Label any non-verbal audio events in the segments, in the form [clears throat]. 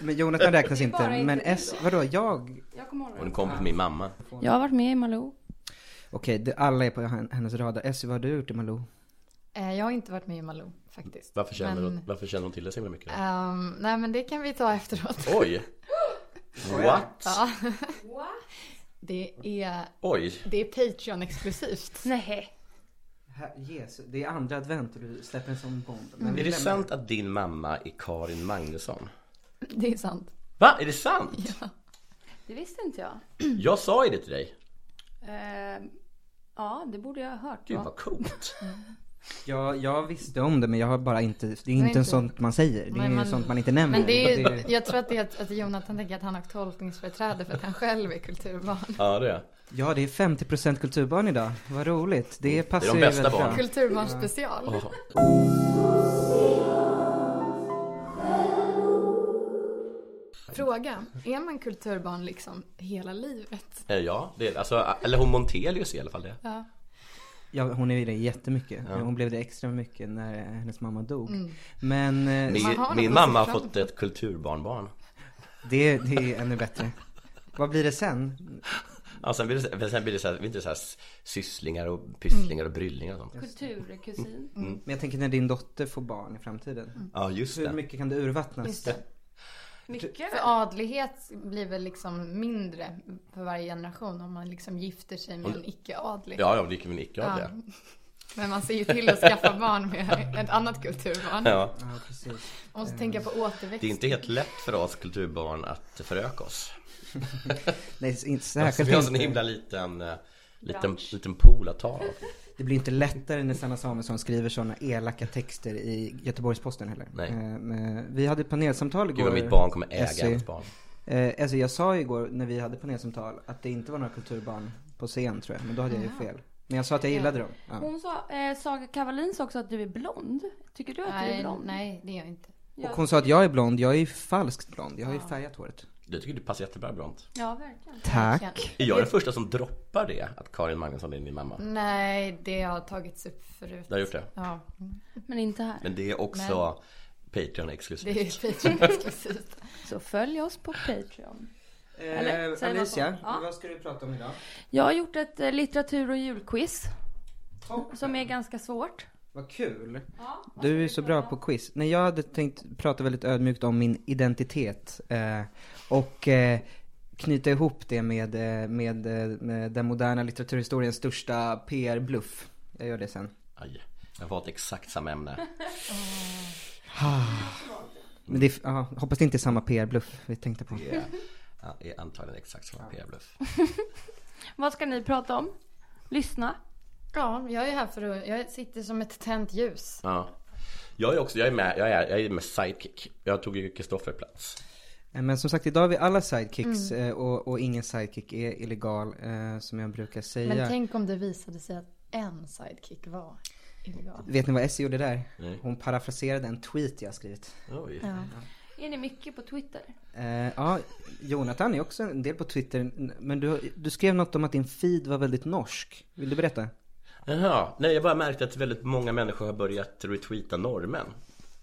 Men Jonathan räknas inte. bara inte Men du S, vadå jag? Jag kommer ihåg Hon kom till min mamma. Jag har varit med i Malou. Okej, det- alla är på hen- hennes radar. S, vad har du gjort i Malou? Eh, Jag har inte varit med i Malou faktiskt. Varför känner, men, hon, varför känner hon till det så himla mycket? ehm, nej men det kan vi ta efteråt. Oj! What? Ja. Det är, Oj! det är Patreon exklusivt. Nej. Här- Jesus, det är andra advent och du släpper en sån bomb. Men vi Är det lämnar- sant att din mamma är Karin Magnusson? Det är sant. Va? Är det sant? Det visste inte jag. Jag sa ju det till dig. Ehm, ja, det borde jag ha hört. Gud va? vad coolt. Jag, jag visste om det men jag har bara inte, det är inte inte- en sånt man säger. Det är Nej, ju men- sånt man inte nämner. Men det är, För att det är- jag tror att det är att, att Jonathan tänker att han har tolkningsföreträde för att han själv är kulturbarn. Ja det är ja det är 50% kulturbarn idag. Vad roligt. Det passar ju bästa väldigt bra. barnen. Kulturbarn special. jag. Fråga, är man kulturbarn liksom hela livet? Eh, Ja, det är alltså, eller hon Montelius är i alla fall det. Ja. Ja, hon är det jättemycket. Hon blev det extra mycket när hennes mamma dog. Mm. Men eh, Min, Man har min något mamma har att se fått ett kulturbarnbarn. det, det är ännu bättre. Vad blir det sen? Ja, sen blir det, sen blir det, så här, blir det så här s- sysslingar och pysslingar och bryllingar och sånt. Kulturkusin. Men jag tänker när din dotter får barn i framtiden. Mm. Ja just Hur det. mycket kan det urvattnas? Mycket. Eh. För adlighet blir väl liksom mindre för varje generation om man liksom gifter sig med en icke-adlig. Ja, ja, det kan väl icke av det. Men man ser ju till att skaffa barn med ett annat kulturbarn. Ja. Ja, precis. Man måste tänka på återväxt. Det är inte helt lätt för oss kulturbarn att föröka oss. Nej, s- inte särskilt Vi har en sån inte. himla liten, eh, liten, liten pool att ta av. Det blir inte lättare när Sanna Samuelsson skriver sådana elaka texter i Göteborgs-Posten heller. Nej. Eh, men vi hade panelsamtal igår. Gud vad mitt barn kommer äga Essie. hennes barn. Eh, alltså jag sa igår när vi hade panelsamtal att det inte var några kulturbarn på scen tror jag. Men då hade jag ju fel. Men jag sa att jag gillade dem. Ja. Hon sa, eh, Saga Kavalin sa också att du är blond. Tycker du att du är Nej, blond? nej, det är jag inte. Och hon sa att jag är blond. Jag är ju falskt blond. Jag har ju färgat håret. Jag tycker du passar jättebra Bront. Ja, verkligen. Tack. Är jag den första som droppar det? Att Karin Magnusson är din mamma? Nej, det har tagits upp förut. Du har gjort det? Ja, Men inte här. Men det är också Patreon det är exklusivt. ju Patreon [laughs] exklusivt. Så följ oss på Patreon. Eller, Eh, säg något Alicia, annat. Ja. vad ska du prata om idag? Jag har gjort ett eh, litteratur och julquiz. Toppen. Som är ganska svårt. Vad kul. du är så bra på quiz. Nej, jag hade tänkt prata väldigt ödmjukt om min identitet. Eh, och eh, knyta ihop det med, eh, med, eh, med den moderna litteraturhistoriens största PR-bluff. Jag gör det sen. Aj, jag har valt exakt samma ämne. Men det, är f- ja, hoppas det inte är samma PR-bluff vi tänkte på. Det är, ja, är antagligen exakt samma PR-bluff. Vad ska ni prata om? Lyssna. Ja, jag är här för att, jag sitter som ett tänt ljus. Ja. Jag är också, jag är med, jag är, jag är med sidekick. Jag tog ju Kristoffer plats. Eh, Men som sagt, idag har vi alla sidekicks eh, och, och ingen sidekick är illegal, eh, som jag brukar säga. Men tänk om det visade sig att en sidekick var illegal. Vet ni vad Essie gjorde där? Nej. Hon parafraserade en tweet jag skrivit. Oj. Är ni mycket på Twitter? Eh, ja, Jonathan är också en del på Twitter. Men du, du skrev något om att din feed var väldigt norsk. Vill du berätta? Jaha. Nej, jag bara märkte att väldigt många människor har börjat retweeta normen.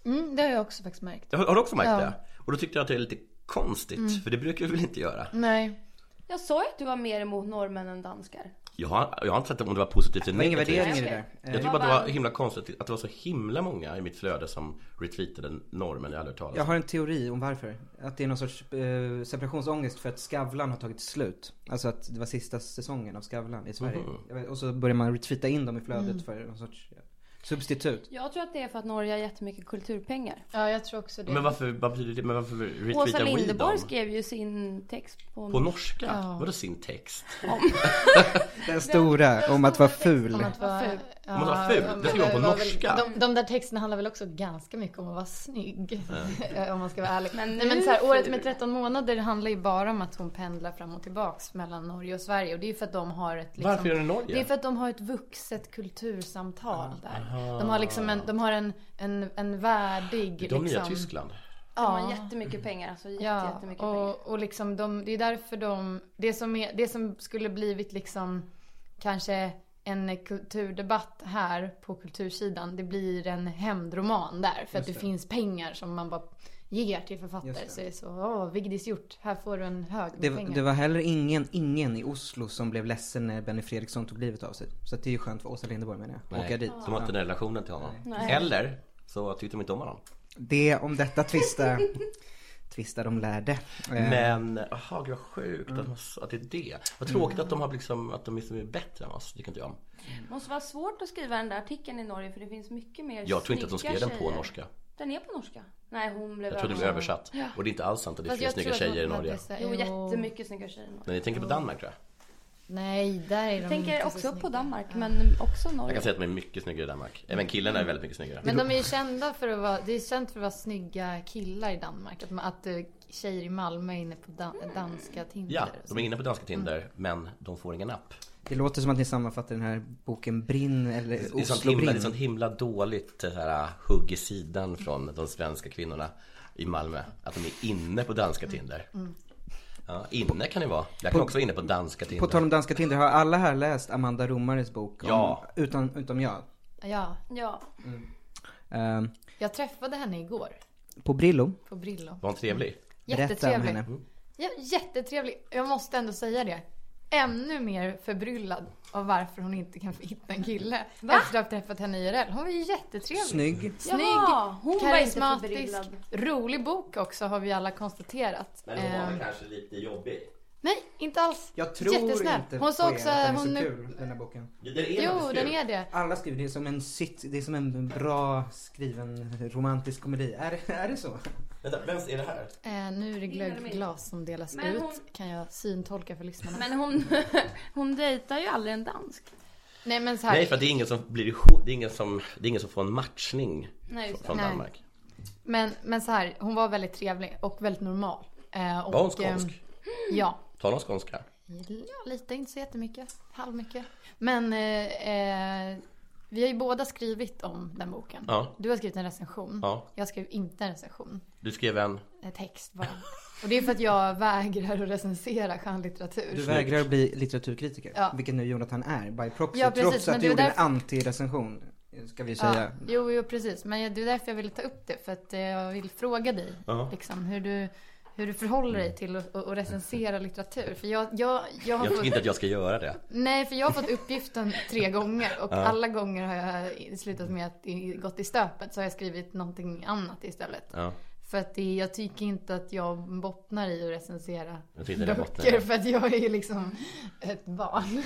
Mm, det har jag också faktiskt märkt. Har, har du också märkt Ja. Mm. det? Och då tyckte jag att det är lite konstigt, för det brukar vi väl inte göra? Nej. Jag sa ju att du var mer emot norrmän än danskar. Jag har, jag har inte sett om det var positivt eller Det var inga negativt. värderingar i det där. Eh, Jag tycker bara att det var himla konstigt att det var så himla många i mitt flöde som retweetade normen jag aldrig hört talas Jag om. har en teori om varför. Att det är någon sorts eh, separationsångest för att Skavlan har tagit slut. Alltså att det var sista säsongen av Skavlan i Sverige. Jag vet- Och så börjar man retweeta in dem i flödet Mm. för någon sorts ja, substitut. Jag tror att det är för att Norge har jättemycket kulturpengar. Ja, jag tror också det. Men varför, vad betyder det? Men varför retweetar Åsa we Linderborg dem? skrev ju sin text på, På norska? Vadå sin text? Den stora om att vara Om ful. att vara ful. Ja, Om att vara ful? Det men ska vara på var väl- norska. De, de där texterna handlar väl också ganska mycket om att vara snygg. [laughs] om man ska vara ärlig. Men Men, Nej, men nu så här, året med ful. 13 månader handlar ju bara om att hon pendlar fram och tillbaks mellan Norge och Sverige. Och det är ju för att de har ett... Liksom, Varför är det Norge? Det är för att de har ett vuxet kultursamtal där. De har liksom en, de har en, en, en värdig... De nya liksom, Tyskland? De har jättemycket pengar. Alltså jätte, Ja, jättemycket pengar. och, och liksom de, det är därför de, det som, är, det som skulle blivit liksom kanske en kulturdebatt här på kultursidan, det blir en hämndroman där. För att det, finns pengar som man bara ger till författare. Så det är så, åh, Vigdis gjort, här får du en hög med Det, pengar. det var heller ingen, ingen i Oslo som blev ledsen när Benny Fredriksson tog livet av sig. Så att det är ju skönt för Åsa Linderborg menar jag. Åka dit. De har inte den relationen till honom. Eller så tyckte de inte om honom. Det om detta [laughs] tvista, tvista de lärde. Eh, Men, jaha gud vad sjukt att, man, att det är det. Vad Mm. tråkigt att de har liksom, att de liksom är bättre än oss. Det kan inte jag om. Det måste vara svårt att skriva den där artikeln i Norge för det finns mycket mer Jag tror inte att de snygga skrev den på tjejer. norska. Den är på norska. Nej, hon blev Jag tror det blev översatt. Och det är inte alls sant att det är Fast fler jag snygga tror att tjejer i hon Norge. hade så- Jo, jättemycket snygga tjejer i Norge. Men ni tänker på Danmark tror jag. Nej, där är de Jag tänker inte så också på snygga. Danmark, men också Jag Norge. kan säga att de är mycket snyggare i Danmark. Även killarna är väldigt mycket snyggare. Mm. Men de är ju kända för att vara, det är känt för att vara snygga killar i Danmark. Att, man- att eh, tjejer i Malmö är inne på dan, danska Tinder. Ja, och så. de är inne på danska Tinder, men de får ingen napp. Det låter som att ni sammanfattar den här boken Brinn eller Det är sånt Oslo himla, det är Brinn. sånt himla dåligt eh, så här, ah, hugg i sidan från de svenska kvinnorna i Malmö. Att de är inne på danska Mm. Tinder. Ja, inne kan det vara. Jag kan också vara inne på danska På tal Tinder. om danska Tinder, har alla här läst Amanda Romares bok? Om, Ja. Utan, utom jag. ja, Ja, Ehm, Jag träffade henne igår på Brillo, på Brillo. Var hon trevlig? berätta om Jättetrevlig. henne. Ja, jättetrevlig. Jag måste ändå säga det. Ännu mer förbryllad av varför hon inte kan hitta en kille. Efter att ha träffat henne IRL. Hon var ju jättetrevlig. Snygg. Snygg, Jaha, hon var inte karismatisk, förbryllad. rolig bok också har vi alla konstaterat. Ehm, kanske lite jobbig. nej, inte alls. Jag tror Jättesnäll. inte Hon på sa er också... att den är Hon, så kul, den här boken. jo, den är det. Alla skriver, det är som en sit, det är som en bra skriven romantisk komedi. Är, är det så? Vänta, vem är det här? Eh, nu är det glöggglas som delas Men ut. hon- Kan jag syntolka för lyssnarna? men hon, [laughs] hon dejtar ju aldrig en dansk. nej, men så här. Nej, för att det är ingen som blir ihop, det är ingen som, det är ingen som får en matchning Nej, just det. från Nej. Danmark. Men, men så här, hon var väldigt trevlig och väldigt normal. Eh, och, Var hon eh, skånsk? Ja. Talar hon skånska? ja, lite, inte så jättemycket. Halvmycket. Men eh, eh, vi har ju båda skrivit om den boken. Ja. Du har skrivit en recension. Ja. Jag skrev inte en recension. Du skrev en... En text bara. Och det är för att jag [laughs] vägrar att recensera skönlitteratur. Du vägrar bli litteraturkritiker, Ja. vilket nu Jonathan är by proxy. Ja, precis, trots att men du det gjorde var en anti-recension, ska vi [laughs] säga. Ja, jo, jo, precis. Men det är därför jag ville ta upp det. För att eh, jag vill fråga dig Ja. liksom, hur, du, hur du förhåller dig till att att- att recensera litteratur. För jag, jag, jag har Jag tycker fått- inte att jag ska göra det. Nej, för jag har fått uppgiften tre gånger och alla gånger har jag slutat med att det gått i stöpet så har jag skrivit någonting annat istället. Ja. För att det, jag tycker inte att jag bottnar i att recensera Jag tycker inte det bottnar i böcker det. för att jag är ju liksom ett barn.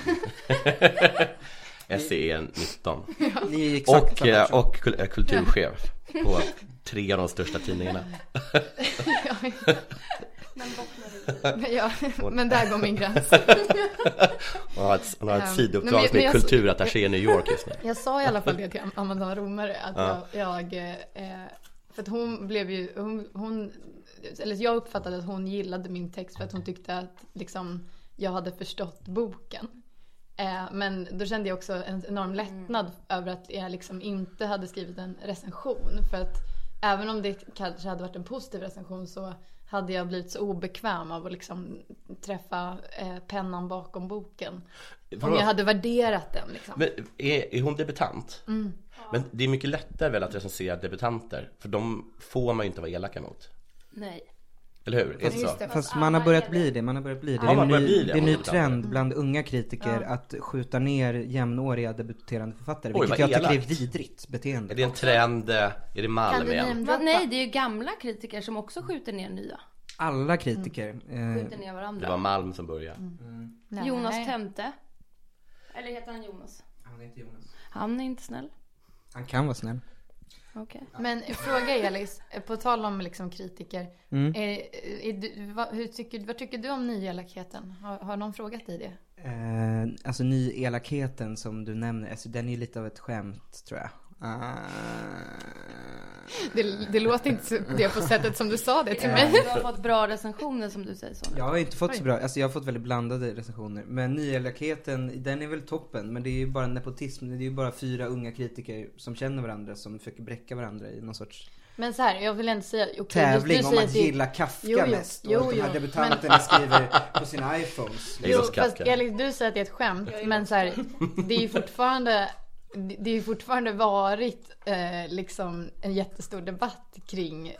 [laughs] SE [laughs] 19. Ni är exakt E Och, samma eh, person. och kul- eh, kulturchef på [laughs] tre av de största tidningarna. [laughs] men, jag, men där går min gräns. Hon har ett, hon har ett Ja. sidouppdrag Nej, men- som men är jag- kulturattaché i New York just nu. Jag sa i alla fall det till Amanda Romare att jag, jag eh, för att hon blev ju, hon, hon, eller jag uppfattade att hon gillade min text för att hon tyckte att liksom jag hade förstått boken. Eh, Eh, men då kände jag också en enorm lättnad över att jag liksom inte hade skrivit en recension. För att även om det kanske hade varit en positiv recension så hade jag blivit så obekväm av att liksom träffa eh, pennan bakom boken. Om Vadå? jag hade värderat den liksom. Men är, är hon debutant? Mm. Men det är mycket lättare väl att recensera debutanter? För de får man ju inte vara elaka mot. Nej. Eller hur? Är det så? Just det, Fast man har börjat bli det, man har börjat bli det. Ja, Det är en man börjar ny, bli det det. är en ny Mm. trend bland unga kritiker att skjuta ner jämnåriga debuterande författare. Oj, vilket vad jag tycker är elakt. vidrigt beteende. Är det en trend? eh, Är det Kan Malm du igen? namedroppa? nej, det är ju gamla kritiker som också skjuter ner nya. Alla kritiker. Eh, Mm. Skjuter ner Det var varandra. Malm som började. Nej. Jonas Tömte. Eller heter han Jonas? Han är inte snäll. han kan vara snäll. Okej. Men fråga Elis, på tal om liksom kritiker. Mm. Är, är du, vad, hur tycker, vad tycker du om nyelakheten? Har, har någon frågat dig det? Eh, alltså nyelakheten som du nämner, alltså, den är ju lite av ett skämt tror jag. Ah. det? Det låter inte så- det på sättet som du sa det till mig. Du har fått bra recensioner som du säger så nu. Jag har inte fått så bra, alltså jag har fått väldigt blandade recensioner. Men nyelakheten, den är väl toppen. Men det är ju bara nepotism, det är ju bara fyra unga kritiker som känner varandra som försöker bräcka varandra i någon sorts [laughs] Men så här, jag vill ändå säga... okej, tävling just om nu säger att jag att det- gilla Kafka Jo, jo, mest. Och jo, att de här jo, debutanterna skriver på [laughs] sina iPhones. liksom. Jo, Jag gillar fast Kafka. Elis, du säger att det är ett skämt. Men så här, det är ju fortfarande... det- Det är ju fortfarande varit eh, liksom en jättestor debatt kring,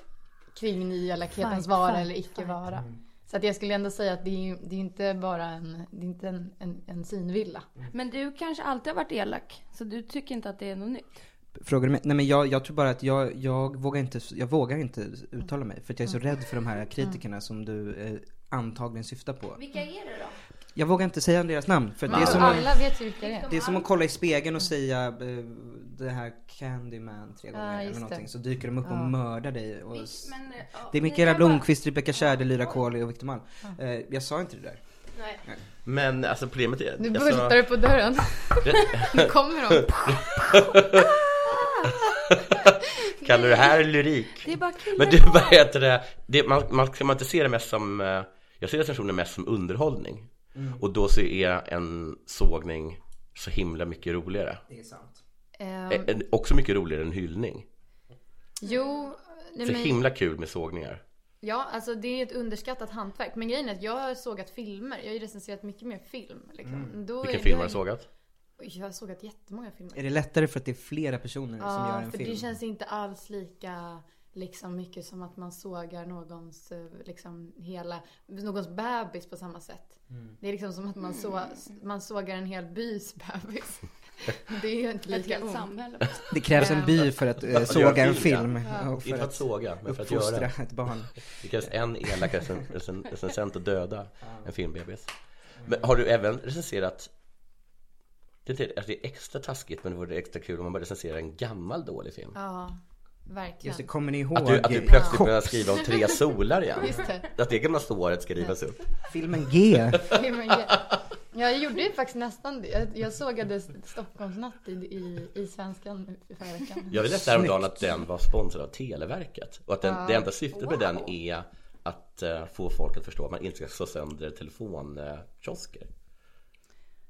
kring nyelakhetens Fight, vara fight, eller icke fight. vara. Så att jag skulle ändå säga att det är, ju- det är inte bara en, det är inte en, en, en synvilla. Men du kanske alltid har varit elak. Så du tycker inte att det är något nytt. Frågar du mig? Nej men jag, jag tror bara att jag, jag, vågar inte, jag vågar inte uttala mig. För att jag Mm. är så rädd för de här kritikerna som du eh, antagligen syftar på. Vilka är det då? Jag vågar inte säga deras namn. För att det är som att, Alla vet ju vilka det är. det är som att kolla i spegeln och säga eh, det här Candyman tre gånger eller just någonting. det. Så dyker de upp och mördar dig. Och s- Men, eh, ja, det är ni Mikaela kan bara- Blomkvist, Rebecca Tjäder, Lyra Kohli och Victor Malm. Eh, jag sa inte det där. Nej. Men alltså problemet är... Nu alltså, bultar det på dörren. nu [laughs] kommer de. Kallar du det här lyrik? Det är bara killar Men du, kvar. vad heter det? det man, man ska man inte se det mest som, eh, jag ser recensioner mest som underhållning. Mm. Och då så är en sågning så himla mycket roligare. Det Mm. är sant. Eh, Eh, en- Också mycket roligare än hyllning. jo, nej, Så men- himla kul med sågningar. Ja, alltså det är ett underskattat hantverk. Men grejen är att jag har sågat filmer. Jag har ju recenserat mycket mer film. Liksom. Mm. Då Vilken är- film då har är- du sågat? Oj, Jag har sågat jättemånga filmer. Är det lättare för att det är flera personer som gör ja, en för film? det känns inte alls lika liksom, mycket som att man sågar någons eh, liksom, hela, någons bebis på samma sätt. Mm. Det är liksom som att man, så, man sågar en hel bys [laughs] bebis. det är ju inte Ett lika helt ont. samhälle. Det krävs en by för att eh, att såga göra en film, film. Och Inte för för att att såga, men för att uppfostra göra. ett barn. Det krävs en [laughs] elak recen- recen- recensent att döda en filmbebis. Men har du även recenserat det är, alltså det är extra taskigt men det vore extra kul om man bara recenserar en gammal dålig film. Ja, verkligen. Just det, kommer ni ihåg? Att du, att du eh, [laughs] plötsligt börjar skriva om tre solar igen. Just det. Att det gamla såret ska rivas upp. [laughs] Filmen G. Ja, men jag- Jag gjorde ju faktiskt nästan det. Jag, jag sågade S- Stockholmsnatt i, i, i Svenskan i förra veckan. Jag läste häromdagen att den var sponsrad av Televerket. Och att den, det enda syftet med den är att eh, få folk att förstå att man inte ska slå sönder telefonkiosker.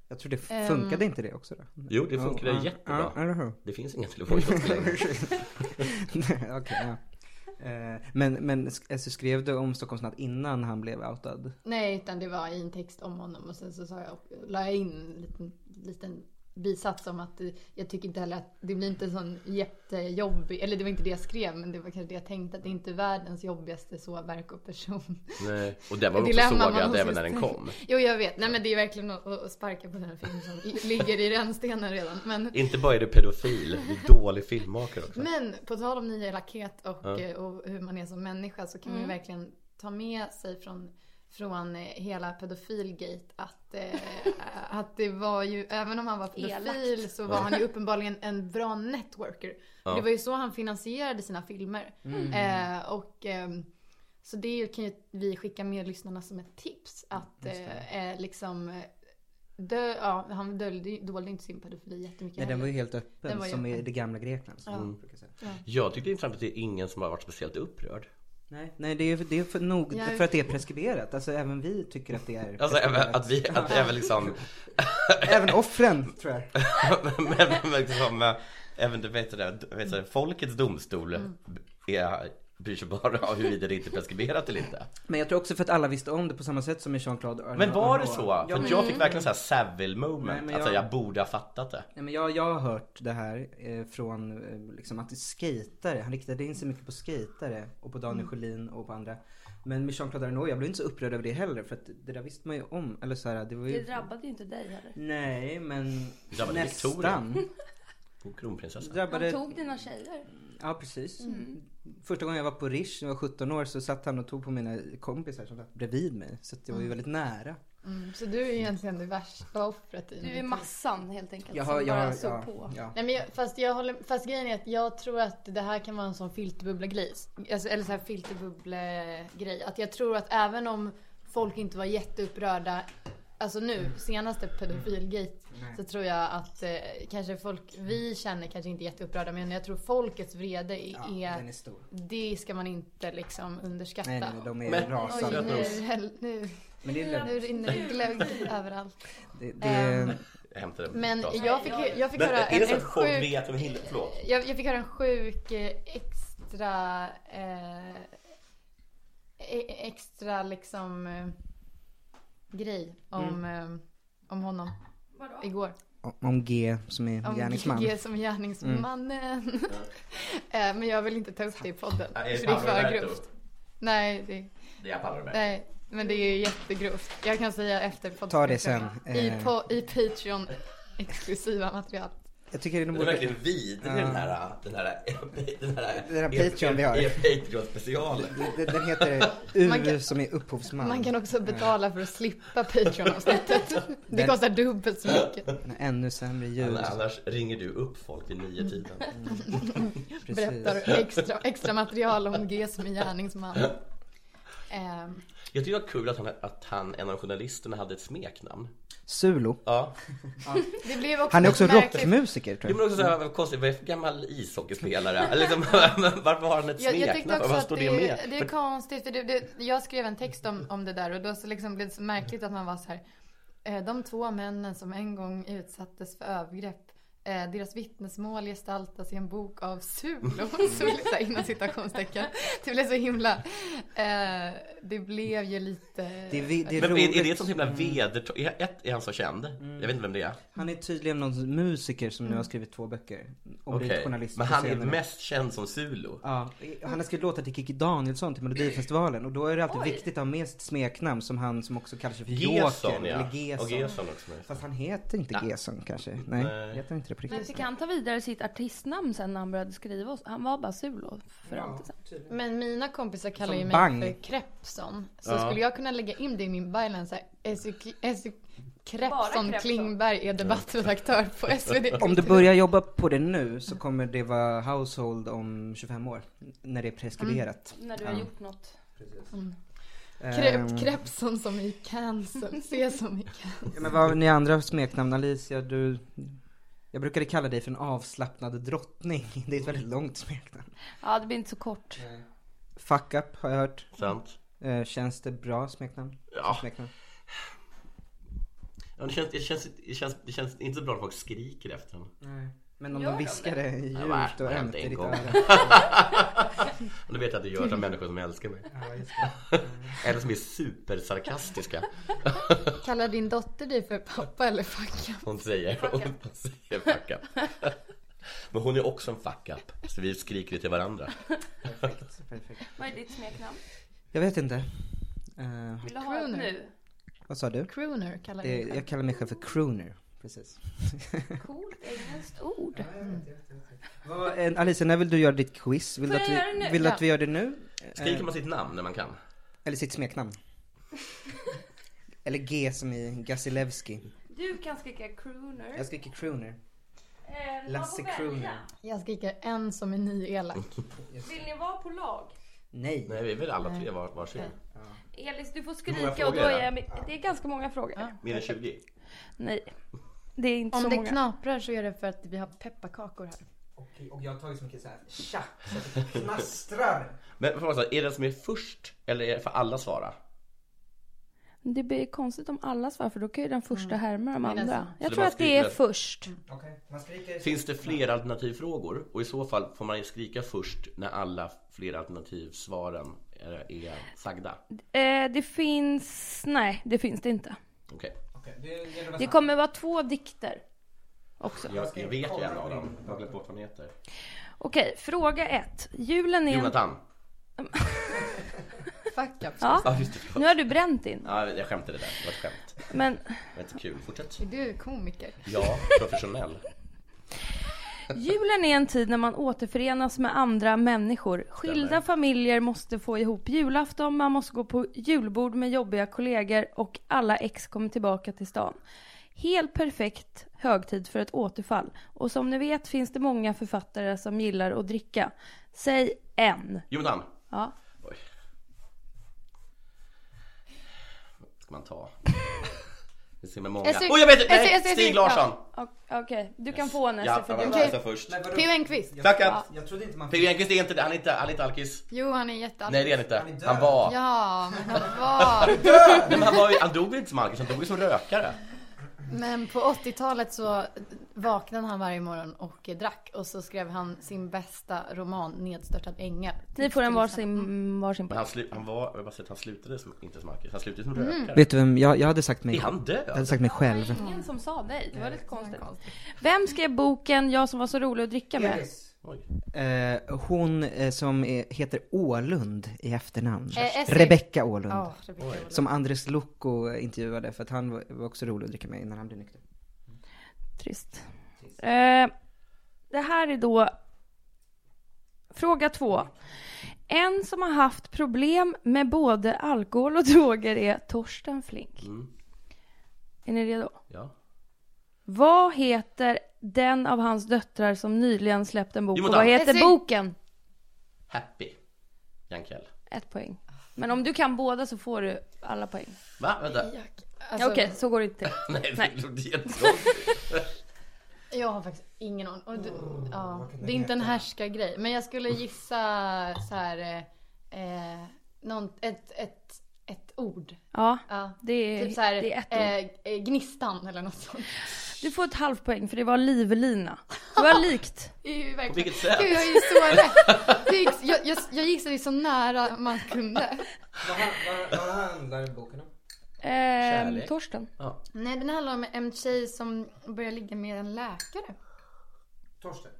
Jag tror det Eh. funkade inte det också då? Jo, det funkar Ja, jättebra. Ja, eller hur? Det finns inga [laughs] telefonkiosker längre. Nej, [laughs] Okej, ja. Eh, Men, men sk- alltså, skrev du om Stockholmsnatt innan han blev outad? Nej, utan det var i en text om honom och sen så sa jag, la jag in en liten, liten bisats om att eh, jag tycker inte heller att det blir inte en sån jättejobbig, eller det var inte det jag skrev men det var kanske det jag tänkte att det är inte världens jobbigaste såverk och person. Nej. Och den var också Dilemma man sågad måste även när den ställa. kom. Jo jag vet, nej men det är verkligen att, att sparka på den här filmen som i- ligger i rännstenen redan. Men... Inte bara är du pedofil, du är dålig filmmakare också. Men på tal om nyelakhet och, eh, och hur man är som människa så kan man Mm. ju verkligen ta med sig från, från eh, hela pedofilgate att, eh, [laughs] att det var ju, även om han var pedofil så var han ju uppenbarligen en bra networker. Och Det var ju så han finansierade sina filmer. Mm. Eh, och ehm, så det är ju- kan ju vi skicka med lyssnarna som ett tips. Att eh, eh, liksom eh, dö, ja, han dolde, dolde inte sin pedofili jättemycket Nej, den var heller. ju helt öppen, Den var ju som i öppen. det gamla Grekland. Som man brukar säga. Jag tycker det är intressant att det är ingen som har varit speciellt upprörd. Nej, nej det är för, det är för nog Jag- för att det är preskriberat. Alltså även vi tycker att det är Alltså även, preskriberat. [laughs] att vi, att även liksom [laughs] Även offren tror jag. men, men liksom, eh, även du vet det, du vet det, folkets domstol Mm. är, bryr sig bara om huruvida det inte är preskriberat eller inte. Men jag tror också för att alla visste om det på samma sätt som med Jean-Claude Arnault. Men var det så? Ja, För jag fick verkligen så här savile moment, Nej, men alltså jag- jag borde ha fattat det. Nej, men jag, jag har hört det här eh, från eh, liksom att skatare, han riktade in sig mycket på skatare och på Daniel Mm. Sjölin och på andra. Men med Jean-Claude Arnault, jag blev inte så upprörd över det heller för att det där visste man ju om. Eller så här, det var ju... Det drabbade ju inte dig heller. Nej, men Det drabbade nästan. Och Han Kronprinsessan. drabbade... tog Mm. dina tjejer. Ja, precis. Första gången jag var på Rish, när jag var 17 år, så satt han och tog på mina kompisar som satt bredvid mig. Så att jag var ju väldigt nära. Mm, så du är egentligen det värsta offret i Du är metoo. massan helt enkelt Jag har, som jag, bara har- såg ja, på. ja. Nej, men jag, fast, jag håller, fast grejen är att jag tror att det här kan vara en sån filterbubblegris. Alltså, eller så här filterbubblegrej. Att jag tror att även om folk inte var jätteupprörda, alltså nu, Mm. senaste pedofilgate, så tror jag att eh, kanske folk vi känner kanske inte är jätteupprörda, men jag tror folkets vrede i- Ja, är, den är stor. det ska man inte liksom underskatta. Nej, nej, de är Men- Oj, rasande. nu, häll- nu, Men det är lugnt. nu rinner det glögg överallt. Det, Ehm. det, Jag hämtade en Men trasa. jag fick, ju- jag fick Men eh, höra är det så en, en att folk sjuk... vet om Hilde? Förlåt. Jag, jag fick höra en sjuk eh, extra... Eh, e- extra liksom eh, grej om, Mm. eh, om honom igår. om G som är Om gärningsman. Mm. G som gärningsmannen. [laughs] Eh, Men jag vill inte ta upp det i podden. Nej, är det för det är Paolo för Roberto? grovt. Nej, det, Det är Paolo Eh. Roberto. nej, men det är jättegrovt. Jag kan säga efter podden. Ta det sen, eh. I, på, i Patreon exklusiva material. Jag tycker de Det är borde... verkligen vidrig den här, den här, E- den här, Den här Patreon vi har. er Patreon-specialen. Den- Den heter U Man kan- som är upphovsman. Man kan också betala för att slippa Patreon-avsnittet. Det kostar dubbelt så mycket. Den har Ännu sämre ljud. Anna, Annars ringer du upp folk vid nio tiden. Mm. Precis. Berättar extra, extra material om G som är gärningsman. Ehm, Jag tycker det var kul att han, att han, en av journalisterna, hade ett smeknamn. Sulo. Ja. det blev också Han är också ett märkligt- rockmusiker Det tror var jag. också så här, vad konstigt, vad är det för gammal ishockeyspelare? Eller liksom, [laughs] varför har han ett Jag, jag tyckte smeknamn? också Vad att står det, det med? det är konstigt. för Det, det, jag skrev en text om, om det där och då så liksom blev det så märkligt att man var så här. eh, De två männen som en gång utsattes för övergrepp. eh, Deras vittnesmål gestaltas i en bok av Sulo. Sulo så här inom citationstecken. Det blev så himla... eh, Det blev ju lite... Det är, vi- det är Men är, är det ett roligt. sånt himla vedertag? Är, ett- är han så känd? Mm. Jag vet inte vem det är. Han är tydligen någon musiker som Mm. nu har skrivit två böcker. Och blivit Okej. journalist Men på han är senare. mest känd som Zulu. Ja, han har skrivit låtar till Kikki Danielsson till Melodifestivalen och då är det alltid viktigt att ha med sitt smeknamn som han som också kallar sig för Gesson Jokern ja. eller Gesson. Och Gesson också. men- Fast han heter inte Gesson kanske? Nej, heter inte det på Men riktigt. fick han ta vidare sitt artistnamn sen när han började skriva? oss? Han var bara Sulo för alltid sen. Men mina kompisar kallar Som ju mig Bang. för Krepson. Så skulle jag kunna lägga in det i min byline såhär. Essie Krepson Krepson. Klingberg är debattredaktör på SvD. Om du börjar jobba på det nu så kommer det vara household om 25 år. När det är preskriberat. Ehm, När du har gjort något. Krep, Krepson som i cancer. [laughs] Se som i cancer. Ja, men vad har ni andra för smeknamn? Alicia, du... Jag brukade kalla dig för en avslappnad drottning. [laughs] Det är ett väldigt långt smeknamn. Ja, det blir inte så kort. Fuck up har jag hört. Sant. Eh, känns det bra smeknamn? Ja. smeknamn? Ja, det, känns, det, känns, det, känns, det känns inte så bra när folk skriker efter honom. Men om Gör de de viskar det va, ljuvt det och har ömt hänt i en ditt gång. öra. Och då vet jag att det görs av människor som älskar mig. [laughs] Eller som är supersarkastiska. Kallar din dotter dig för pappa eller fuck Hon säger, hon säger fuck up. Men hon är också en fuck up. Så vi skriker till varandra. Perfekt, perfekt. Vad är ditt smeknamn? Jag vet inte. Eh, Vill du ha ett Crooner. nu? vad sa du? Crooner kallar Det, jag dig Eh, jag kallar mig själv för crooner. Precis. [laughs] Coolt engelskt ord. Vad, eh, Alicia, när vill du göra ditt quiz? Vill du Får att jag göra det vi, nu? vill du Ja. att vi gör det nu? Skriker man sitt namn när man kan? Eller sitt smeknamn? Eller G som i Gasilewski. Du kan skrika crooner. Jag skriker crooner. Eh, man Lasse får välja. crooner. Jag skriker en som är ny elak. Vill ni vara på lag? Nej. Nej, vi vill alla tre var, varsin. Elis, du får Hur skrika många och frågor då är det? är jag med. Det är ganska många frågor. Mer än 20. Nej, det är inte Om så det många. knaprar så är det för att vi har pepparkakor här. Och, och jag har tagit så mycket så här tjack så att det knastrar. Men för att, är det den som är först eller är det för alla svara? Det blir konstigt om alla svarar för då kan ju den första härma de Medan- andra. Så Jag det tror bara att det är skriver- först. Okej, man skriker. Finns det fler alternativfrågor? Och i så fall får man ju skrika först när alla fler alternativsvaren är, är sagda. Eh, det finns... Nej, det finns det inte. Okej. Okej, det gäller att vara Det Alltså. snabb. kommer vara två dikter också. Jag, jag vet ju en av dem. Jag har glömt bort vad den heter. Okej, fråga ett. Julen är... en- Jonathan. Fuck up. Ja, Ja, just det. förlåt. nu har du bränt din. Ja, jag skämtade där. Det var ett skämt. Men Det var inte kul. Fortsätt. Är du komiker? Ja, professionell. julen är en tid när man återförenas med andra människor. Skilda Stämmer. familjer måste få ihop julafton, man måste gå på julbord med jobbiga kollegor och alla ex kommer tillbaka till stan. Helt perfekt högtid för ett återfall. Och som ni vet finns det många författare som gillar att dricka. Säg en. Jonathan. Ja. Oj. Vad ska man ta? Vi ser med många. Oj, Jag ser- jag vet inte! jag ser- jag Nej, ser- jag Stig ser- Larsson! O- Okej, du kan få en Ja, Esse, han för var du Okej. okay. först. Nej, vadå? P.O. Enquist? Jag- Tacka! Jag trodde inte man P.O. Enquist är inte det. Han är inte, han är inte alkis. Jo, han är jätteallvarlig. Nej, det är han är inte. död. Han var. Ja, men han var... Nej, men han, var ju, han dog väl inte som alkis, han dog ju som rökare. Men på 80-talet så vaknade han varje morgon och eh, drack. Och så skrev han sin bästa roman, Nedstörtad ängel. Typ Ni får en Till exempel. varsin, varsin Men poäng. han, slu, han var, jag vill bara säga att han slutade som, inte som alkis, han slutade som rökare. Vet du vem, jag, jag hade sagt mig Är han Jag hade död? sagt mig själv. Det var ingen som sa nej, det var lite konstigt. Vem skrev boken Jag som var så rolig att dricka med? Oj. Eh, hon eh, som är, heter Ålund i efternamn. Eh, Essie. Rebecka Ålund. Ja, det blir kul. Som Andres Lokko intervjuade för att han var, var också rolig att dricka med innan han blev nykter. Trist. Eh, det här är då fråga två. En som har haft problem med både alkohol och [laughs] droger är Torsten Flink. Mm. Är ni redo? Ja. Vad heter den av hans döttrar som nyligen släppt en bok? Och Jonathan. vad heter Essie. boken? Happy. Jankell. Ett poäng. Men om du kan båda så får du alla poäng. Va? Vänta. Alltså, Okej, så går det inte till. [laughs] Nej, Nej. det låter jättetråkigt. Jag har faktiskt ingen aning. Och du, ja, det är inte en härskargrej. Men jag skulle gissa så här... Eh, eh, någon, ett, ett, ett ord. Ja, Ja. det är, Typ så här, det är ett ord. eh, eh, Gnistan eller något sånt. Du får ett halvt poäng för det var Livlina. Det var [laughs] likt. Det är ju verkligen... vilket sätt? Gud, jag är ju [laughs] så rätt. Det gick, jag, jag, jag gissade ju så nära man kunde. Vad, vad, vad handlar boken om? Ehm, Torsten. Ja. Nej, den handlar om en tjej som börjar ligga med en läkare. Torsten.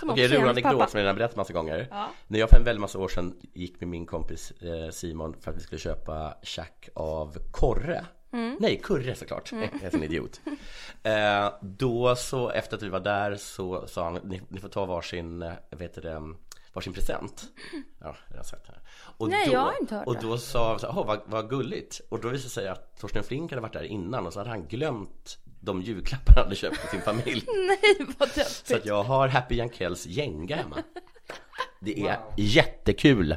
Som Okej, också är rolig hans pappa. anekdot som jag redan berättat massa gånger. När jag för en väldig massa år sedan gick med min kompis eh, Simon för att vi skulle köpa tjack av korre. Mm. Nej, kurre såklart. [laughs] Jag är en idiot. Eh, då så, efter att vi var där så sa han, ni, ni får ta varsin, eh, vad heter det, [laughs] varsin present. Ja, jag har sett det här. Och Nej, då, jag har inte hört Och det. då sa vi så här, "Åh, vad, vad gulligt. Och då visade det sig att Torsten Flink hade varit där innan och så hade han glömt de julklappar han hade köpt till sin familj. [laughs] Nej, vad Så deppigt. att jag har Happy Jankells [laughs] gänga hemma. Det är jättekul.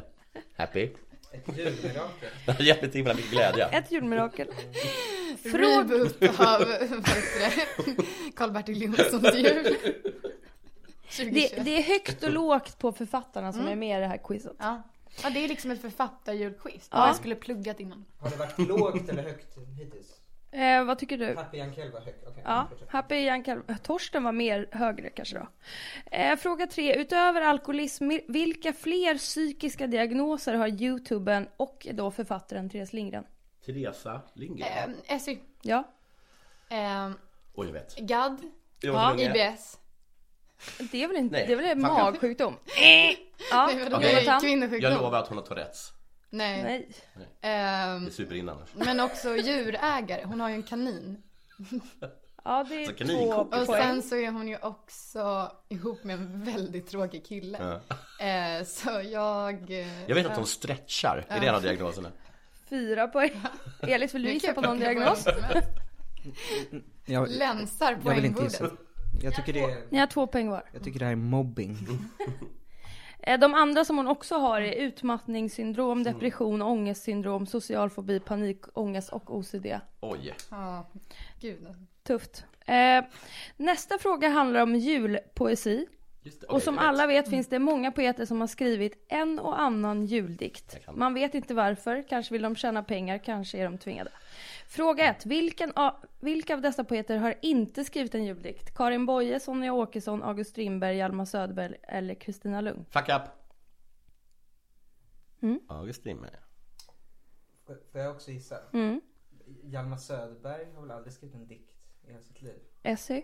Happy. Ett julmirakel. [laughs] Det har gett mig så himla mycket glädje. Ett julmirakel. Fråga, Reboot av [laughs] vad heter det? Karl-Bertil Jonssons jul. 2021. det, det är högt och lågt på författarna som är med i det här quizet. Ja. ja, det är liksom ett författarjulquiz. Ja. Ja. Jag skulle pluggat innan. Har det varit lågt eller högt hittills? Eh, vad tycker du? Happy Jankell var högt. Okej. Ja, Happy Jankal... Torsten var mer högre kanske då. Eh, fråga tre. Utöver alkoholism, vilka fler psykiska diagnoser har youtubern och då författaren Therese Lindgren? Teresa Lindgren. Ehm, Essie. Ja. Ehm, Oj, jag vet. GAD. Jag var så länge. IBS. Det är väl, inte, Nej, det är väl en fan kan- [laughs] magsjukdom? Eh, ja, Nej, vadå? Okej. Det är Jonathan? Kvinnosjukdom. Jag lovar att hon har Tourettes. Nej. Nej. Ehm, Det super in annars. men också djurägare. Hon har ju en kanin. Ja, det är Så två kaninkoker. Och poäng. sen så är hon ju också ihop med en väldigt tråkig kille. Eh, så jag... eh, Jag vet att hon stretchar. Är det en av diagnoserna? Fyra poäng. [laughs] Elis, vill du Det är gissa kul. på någon diagnos? Jag, Länsar jag vill inte poängbordet. gissa. Jag tycker, det är, Ni har två poäng var. jag tycker det här är mobbing. Eh, De andra som hon också har är Mm. utmattningssyndrom, depression, ångestsyndrom, social fobi, panik, ångest och OCD. Oj. Ja, gud. Tufft. Eh, nästa fråga handlar om julpoesi. Just det, Mm. Och okej, som jag vet. alla vet finns det många poeter som har skrivit en och annan juldikt. Jag kan. Man vet inte varför, kanske vill de tjäna pengar, kanske är de tvingade. Fråga 1. Vilken av, vilka av dessa poeter har inte skrivit en juldikt? Karin Boye, Sonja Åkesson, August Strindberg, Hjalmar Söderberg eller Kristina Lugn? Fuck up! Mm. August Strindberg. Får jag också gissa? Mm. Hjalmar Söderberg har väl aldrig skrivit en dikt i hela sitt liv? Essy?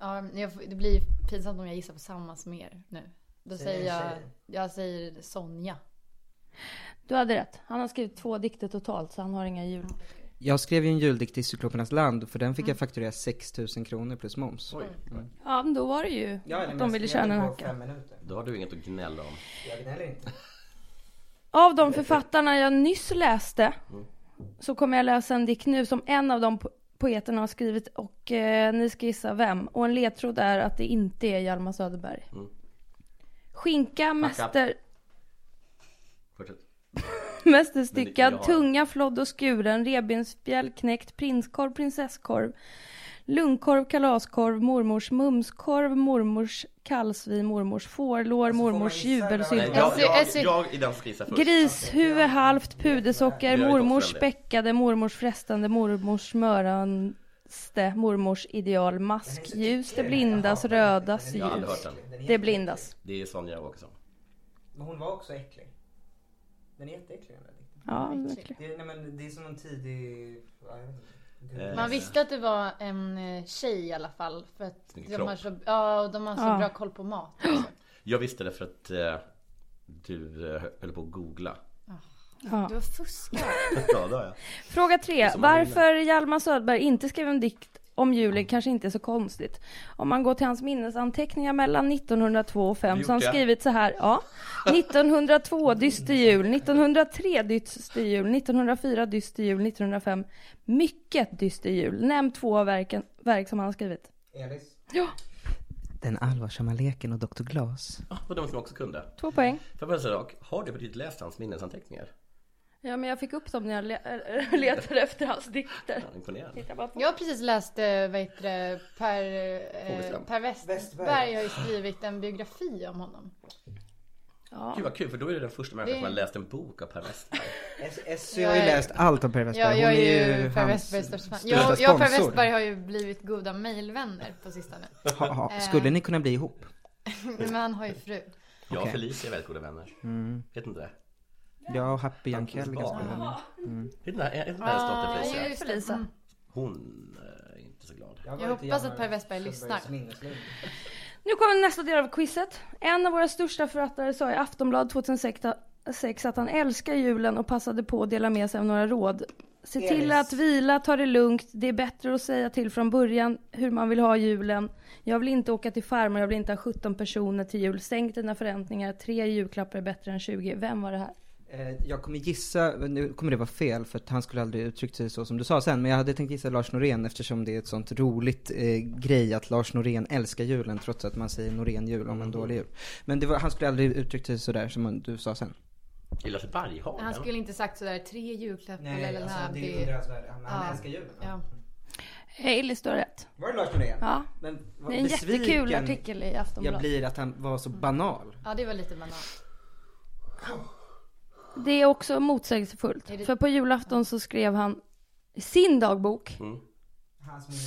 Ja, men jag, får- det blir pinsamt om jag gissar på samma som er nu. Då Säg säger en jag, tjej. jag säger Sonja. Du hade rätt. Han har skrivit två dikter totalt så han har inga jul. Jag skrev ju en juldikt i Cyklopernas land, för den fick jag fakturera 6000 kronor plus moms. Oj. Ja, men då var det ju att de ville tjäna en hacka. minuter. Då har du inget att gnälla om. Jag gnäller inte. Av de författarna jag nyss läste så kommer jag läsa en dikt nu som en av de po- poeterna har skrivit och eh, ni ska gissa vem. Och en ledtråd är att det inte är Hjalmar Söderberg. Skinka, mäster, Fortsätt. Men mästerstyckad, det- ja. tunga, flodd och skuren, revbensspjäll, knäckt, prinskorv, prinsesskorv, lungkorv, kalaskorv, mormors mumskorv, mormors kallsvin, mormors fårlår, Alltså, får man mormors gissa Nej, jubelsylt. jag, Alltså, jag, alltså- jag är den som gissar först. Grishuvud, halvt, pudersocker, Vi har ju mormors fått väldigt. späckade, mormors frestande, mormors smöraste, mormors ideal, mask, ljus, det blindas, rödas, Jag har aldrig ljus. hört den. Det blindas. Det är Sonja Åkesson. Men hon var också äcklig. Den är jätteäcklig den där dikten. Ja, verkligen. Det är, nej, men det är som en tidig... ja, jag vet inte. Eh, Man visste att det var en eh, tjej i alla fall. För att Snygg de kropp. har, så, ja, och de har så Ja. bra koll på mat. Jag visste det för att eh, du eh, höll på att googla. [gasps] Ja. Du har fuskat. ja, det har [laughs] jag. Fråga tre. som man Varför Hjalmar Söderberg inte skrev en dikt om julen kanske inte är så konstigt. Om man går till hans minnesanteckningar mellan 1902 och 5 Gjort så har han det? skrivit så här. [laughs] Ja. 1902 dyster jul, 1903 dyster jul, 1904 dyster jul, 1905 mycket dyster jul. Nämn två av verken, verk som han har skrivit. Elis. Ja, Den allvarsamma leken och Dr. Glas. Ah, var de som också kunde. två poäng. Får jag bara säga en sak? Har du på riktigt läst hans minnesanteckningar? Ja, men jag fick upp dem när jag le- [laughs] letade efter hans dikter. Ja, imponerande. Titta bara på. Jag har precis läst, eh, vad heter det, Per, eh, Fogelström. per Westberg har ju skrivit en biografi om honom. Ja. Gud vad kul, för då är det den första människan Det- som har läst en bok av Per Westberg. Essy har ju Jag är- läst allt om Per Ja, Westberg. jag är Alltså, Hon ju Per hans Westbergs största fan. största Jag, jag och Per sponsor. Westberg har ju blivit goda mejlvänner på sistone. Ha, ha. Eh. Skulle ni kunna bli ihop? Men han har ju fru. Jag och Okej. Felicia är väldigt goda vänner. Vet inte Mm. det? Jag och Happy Jankell är Hans ganska barn. bra vänner. Vet inte det här- är inte det här hennes dotter Ja, Felicia? just det. Mm. Hon eh, är inte så glad. Jag hoppas att Per Westberg lyssnar. Nu kommer nästa del av quizet. En av våra största författare sa i Aftonbladet 2006 att han älskar julen och passade på att dela med sig av några råd. Se till att vila, ta det lugnt. Det är bättre att säga till från början hur man vill ha julen. Jag vill inte åka till farmor, jag vill inte ha 17 personer till jul. Sänk dina förväntningar. Tre julklappar är bättre än 20. Vem var det här? Eh, Jag kommer gissa, nu kommer det vara fel för att han skulle aldrig uttryckt sig så som du sa sen, men jag hade tänkt gissa Lars Norén eftersom det är ett sånt roligt eh, grej att Lars Norén älskar julen trots att man säger Norén jul om en dålig jul. Men det var, han skulle aldrig uttryckt sig sådär som du sa sen. Gillar Berghagen? Han skulle inte sagt sådär tre julklappar eller alltså, han Han Ja. älskar julen. ja. Ellis, du har rätt. Var det Lars Norén? Ja. Men Det är en jättekul artikel Mm. i jag Aftonbladet. blir att han var så banal. ja, det var lite banalt. Det är också motsägelsefullt. För på julafton så skrev han i sin dagbok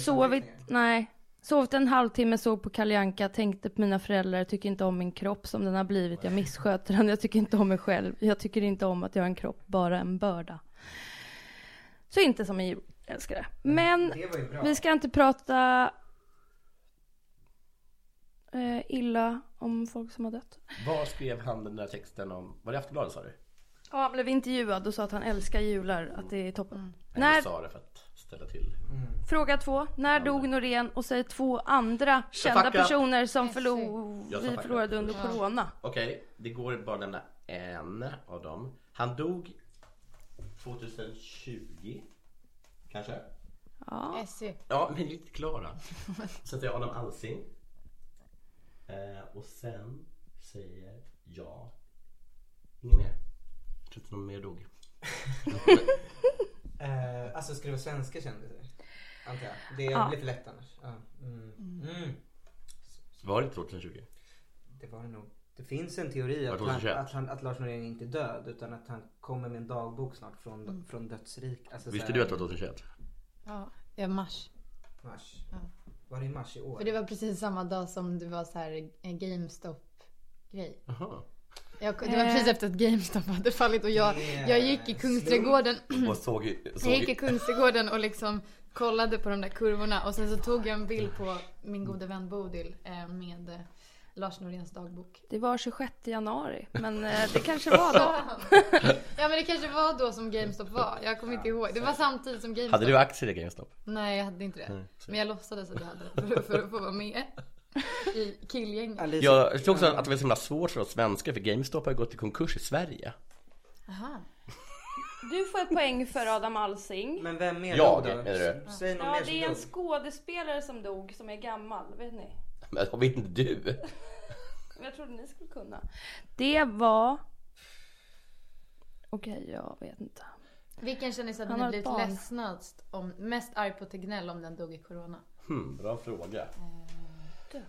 Sovit, nej. Sovit en halvtimme, såg på Kalle Anka, tänkte på mina föräldrar, jag tycker inte om min kropp som den har blivit, jag missköter den, jag tycker inte om mig själv, jag tycker inte om att jag har en kropp, bara en börda. Så inte som en julälskare. Men vi ska inte prata eh, illa om folk som har dött. Vad skrev han den där texten om? Var det Aftonbladet sa du? Ja, han blev intervjuad och sa att han älskar jular, att det är toppen. Mm. Nej. När, Du sa det för att ställa till. Fråga två. När dog Norén och säg två andra kända fuck up. personer som Jag förlor, sa vi fuck förlorade up. under corona? Okej, det går bara att nämna en av dem. Han dog 2020, kanske? Essy. Ja, men inte Klara. Så att jag Adam Alsing. Eh, och sen säger jag ingen mer. Jag tror [laughs] inte någon mer dog. Eh, alltså ska det vara svenska kändisar? antar jag. Det är Ja. lite lätt annars. Ja. Mm. Mm. Var det 2020? Det var det nog. Det finns en teori Var att, det han, 2021? att, han, att Lars Norén inte är död utan att han kommer med en dagbok snart från, Mm. från dödsrik. Alltså, Visste såhär, du att det var 2021? Ja, ja mars. Mars. Var det i mars i år? För det var precis samma dag som det var så här en GameStop-grej. Jaha. Jag, det var precis efter att GameStop hade fallit och jag, jag gick i Kungsträdgården Och såg, ju- såg Jag gick i ju- Kungsträdgården och liksom kollade på de där kurvorna och sen så tog jag en bild på min gode vän Bodil eh, med eh, Lars Noréns dagbok. Det var 26 januari, men eh, [laughs] det kanske var då. Ja men det kanske var då som GameStop var, jag kommer inte ihåg. Det var samtidigt som GameStop. Hade du aktier i GameStop? Nej jag hade inte det. men jag låtsades att jag hade det för, för att få vara med i Alltså, killgänget. Alice, Jag jag tror också att det var så himla svårt för oss svenskar för GameStop har ju gått i konkurs i Sverige. Aha. Du får ett poäng för Adam Alsing. Men vem är Jag, det då? menar du? S- Säg någon Ja, mer det är som en dog. skådespelare som dog som är gammal, vet ni? Men vad vet inte du? Jag trodde ni skulle kunna. Det var... Okej, jag vet inte. Vilken kändis hade Han ni var ett blivit barn. ledsnast om, mest arg på Tegnell om den dog i Corona? Hmm, bra fråga. Gud.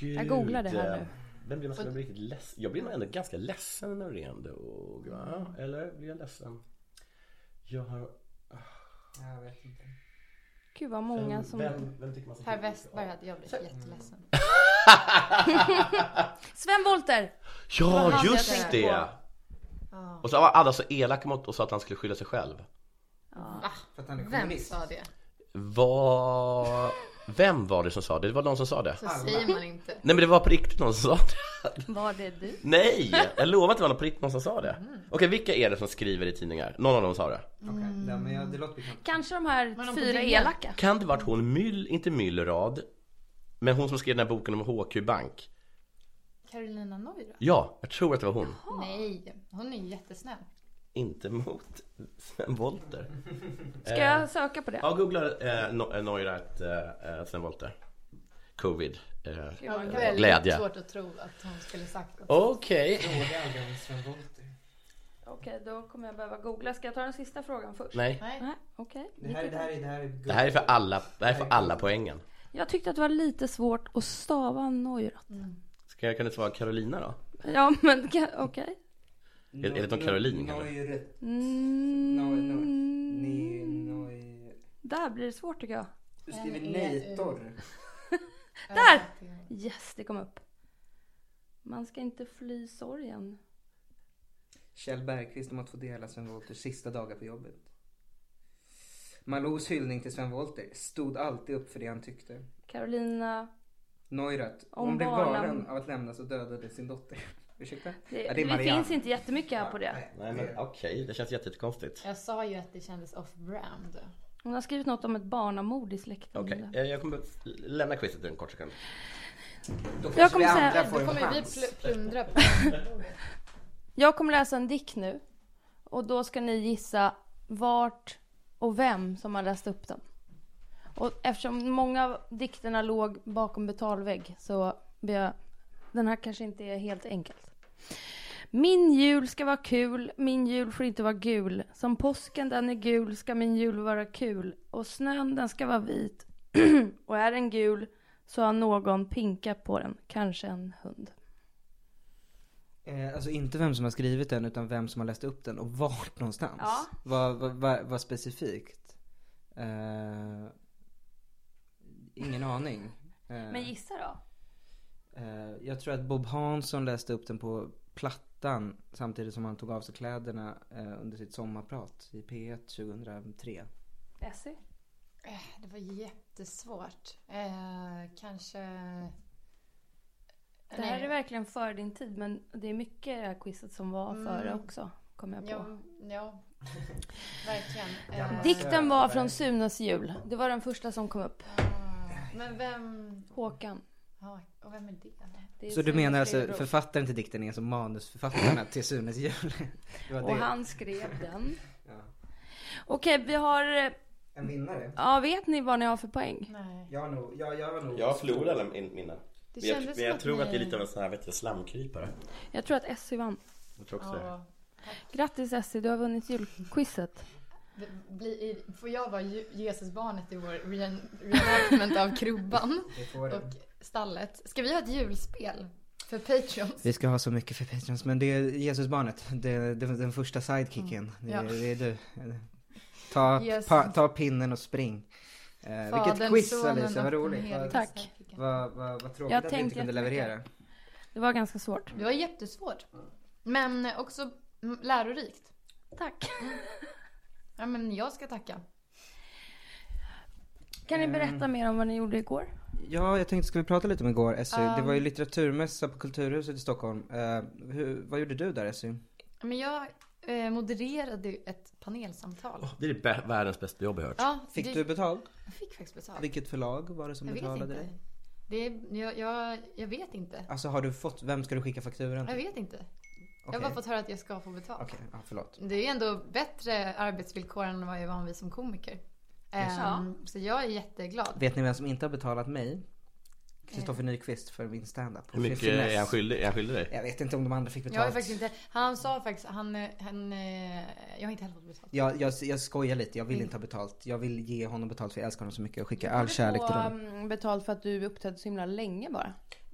Eh, eh, Jag googlar det här nu. Vem blir man som blir riktigt ledsen? Jag blir nog ändå ganska ledsen när Norén dog Mm. va? Eller blir jag ledsen? Jag har... Jag vet inte. Gud vad många som... Vem, vem tycker man ska- Per Westberg hade jag blivit jätteledsen. Sven Wollter! var Ja han jag just tänkte det! Och så var alla så elaka mot och sa att han skulle skylla sig själv. För att han är Mm. Vem kommunist. sa det? Vad... Vem var det som sa det? Det var någon som sa det. Så säger man inte. Nej men det var på riktigt någon som sa det. Var det du? Nej! Jag lovar att det var någon på riktigt någon som sa det. Mm. Okej vilka är det som skriver i tidningar? Någon av dem sa det. Okej, Mm. ja, men jag, det låter [laughs] bekant. Kanske de här de på fyra DN? elaka. Kan det varit hon Myll, inte Myllrad, men hon som skrev den här boken om HQ Bank? Carolina Neura? Ja, jag tror att det var hon. Nej, hon är ju jättesnäll. Inte mot Sven Wollter. Ska Eh. jag söka på det? Ja, googla eh, no, eh, Neura ett, eh, eh, Sven Wollter. Covid. Eh. Jag har väldigt Glädje. Oh. svårt att tro att hon skulle sagt att Okej. Fråga aldrig om Sven Wollter. Okej, då kommer jag behöva googla. Ska jag ta den sista frågan först? Nej. Nej, okej. Det här, det här är... Det här är Det här är för alla, det här är för alla poängen. Jag tyckte att det var lite svårt att stava Neurath. Ska jag, kan du svara Carolina då? Ja, men [laughs] ka- okej. Är, är det någon Caroline kanske? Neure... Mm, Mm. Ni... Noi... där blir det svårt tycker jag. Du skriver nejtor. Där! Yes, det kom upp. Man ska inte fly sorgen. Kjell Bergqvist om att få dela Sven Wollters sista dagar på jobbet. Malous hyllning till Sven Wollter stod alltid upp för det han tyckte. Carolina, Neurath, Om hon blev barnen- galen av att lämnas och dödade sin dotter. [laughs] Ursäkta? det, Ja, det Marianne. finns inte jättemycket här på det. Nej. Nej men okej, det känns jättekonstigt. Jag sa ju att det kändes off-brand. Hon har skrivit något om ett barnamord i släkten. Okej, eh, jag kommer lämna quizet en kort sekund. Då kanske kommer vi säga- andra Då får en kommer vi chans. pl- plundra på Jag kommer läsa en dikt nu. Och då ska ni gissa vart och vem som har läst upp den. Och eftersom många av dikterna låg bakom betalvägg så ber jag... Den här kanske inte är helt enkelt. Min jul ska vara kul, min jul får inte vara gul. Som påsken den är gul ska min jul vara kul. Och snön den ska vara vit. [clears throat] och är den gul så har någon pinka på den, kanske en hund. Eh, alltså inte vem som har skrivit den utan vem som har läst upp den och vart någonstans. Ja. Vad vad- vad- vad specifikt. Eh, ingen aning. Eh, Men gissa då. Eh, jag tror att Bob Hansson läste upp den på Plattan samtidigt som han tog av sig kläderna eh, under sitt sommarprat i P1 2003. Essie? Eh, Det var jättesvårt. Eh, kanske... Det här Nej, är verkligen före din tid men det är mycket i det här quizet som var Mm. före också. Kom jag på. Ja, ja verkligen. Eh, Dikten var från Sunes jul. Det var den första som kom upp. men vem... Håkan. ja, Och vem är det? Det är Så du Sunes menar alltså lillebror. författaren till dikten är som manusförfattarna till Sunes jul? Det var Och det. han skrev den. Okej, vi har... En vinnare? Ja, vet ni vad ni har för poäng? Nej. Jag, har nog, jag, jag var nog... Jag förlorar alla min- mina. Det Men jag, kändes men jag som att tror att det är ni- lite av en sån här vet du, slamkrypare. Jag tror att Essie vann. Jag tror också det. Ja. Grattis Essie, du har vunnit julquizet. Bli, i- får jag vara Ju- Jesusbarnet i vår re- reenactment av krubban Det får du. och stallet? Ska vi ha ett julspel för Patreons? Vi ska ha så mycket för Patreons, men det är Jesusbarnet. Det, det, den första sidekicken. Det, Ja. det är du. Ta, Jesus. pa, ta pinnen och spring. Eh, vilket Fadern, quiz Sonen Alicia, vad och den roligt. helige Vad, Tack. Särskild. vad, vad, vad tråkigt Jag att du inte tänkte kunde leverera. Det var ganska svårt. Det var jättesvårt. Men också mm, lärorikt. Tack. Ja, men jag ska tacka. Kan ni Eh. berätta mer om vad ni gjorde igår? Ja, jag tänkte, ska vi prata lite om igår SU? Det Um. var ju litteraturmässa på Kulturhuset i Stockholm. Eh, hur, vad gjorde du där SU? Men jag eh, modererade ju ett panelsamtal. Det är bä- världens bästa jobb jag hört. Ja, Fick det, du betalt? Jag fick faktiskt betalt. Vilket förlag var det som Jag vet betalade inte. dig? Det, är- jag, jag, jag vet inte. Alltså har du fått, vem ska du skicka fakturan Jag till? vet inte. Jag Okej. har bara fått höra att jag ska få betalt. Okej, ja, förlåt. Det är ändå bättre arbetsvillkor än vad jag är van vid som komiker. Ehm, så jag är jätteglad. Vet ni vem som inte har betalat Eh. mig? Kristoffer Nyqvist för min standup. Hur mycket Finess. är han skyldig? Är han skyldig dig? Jag vet inte om de andra fick Jag är betalt. faktiskt inte, han sa faktiskt, han, eh, han, eh, jag har inte heller fått betalt. Jag, jag, jag skojar lite, jag Mm. vill inte ha betalt. Jag vill ge honom betalt för jag älskar honom så mycket. Jag skickar all kärlek till um, honom. mm, betalt för att du uppträdde så himla länge bara.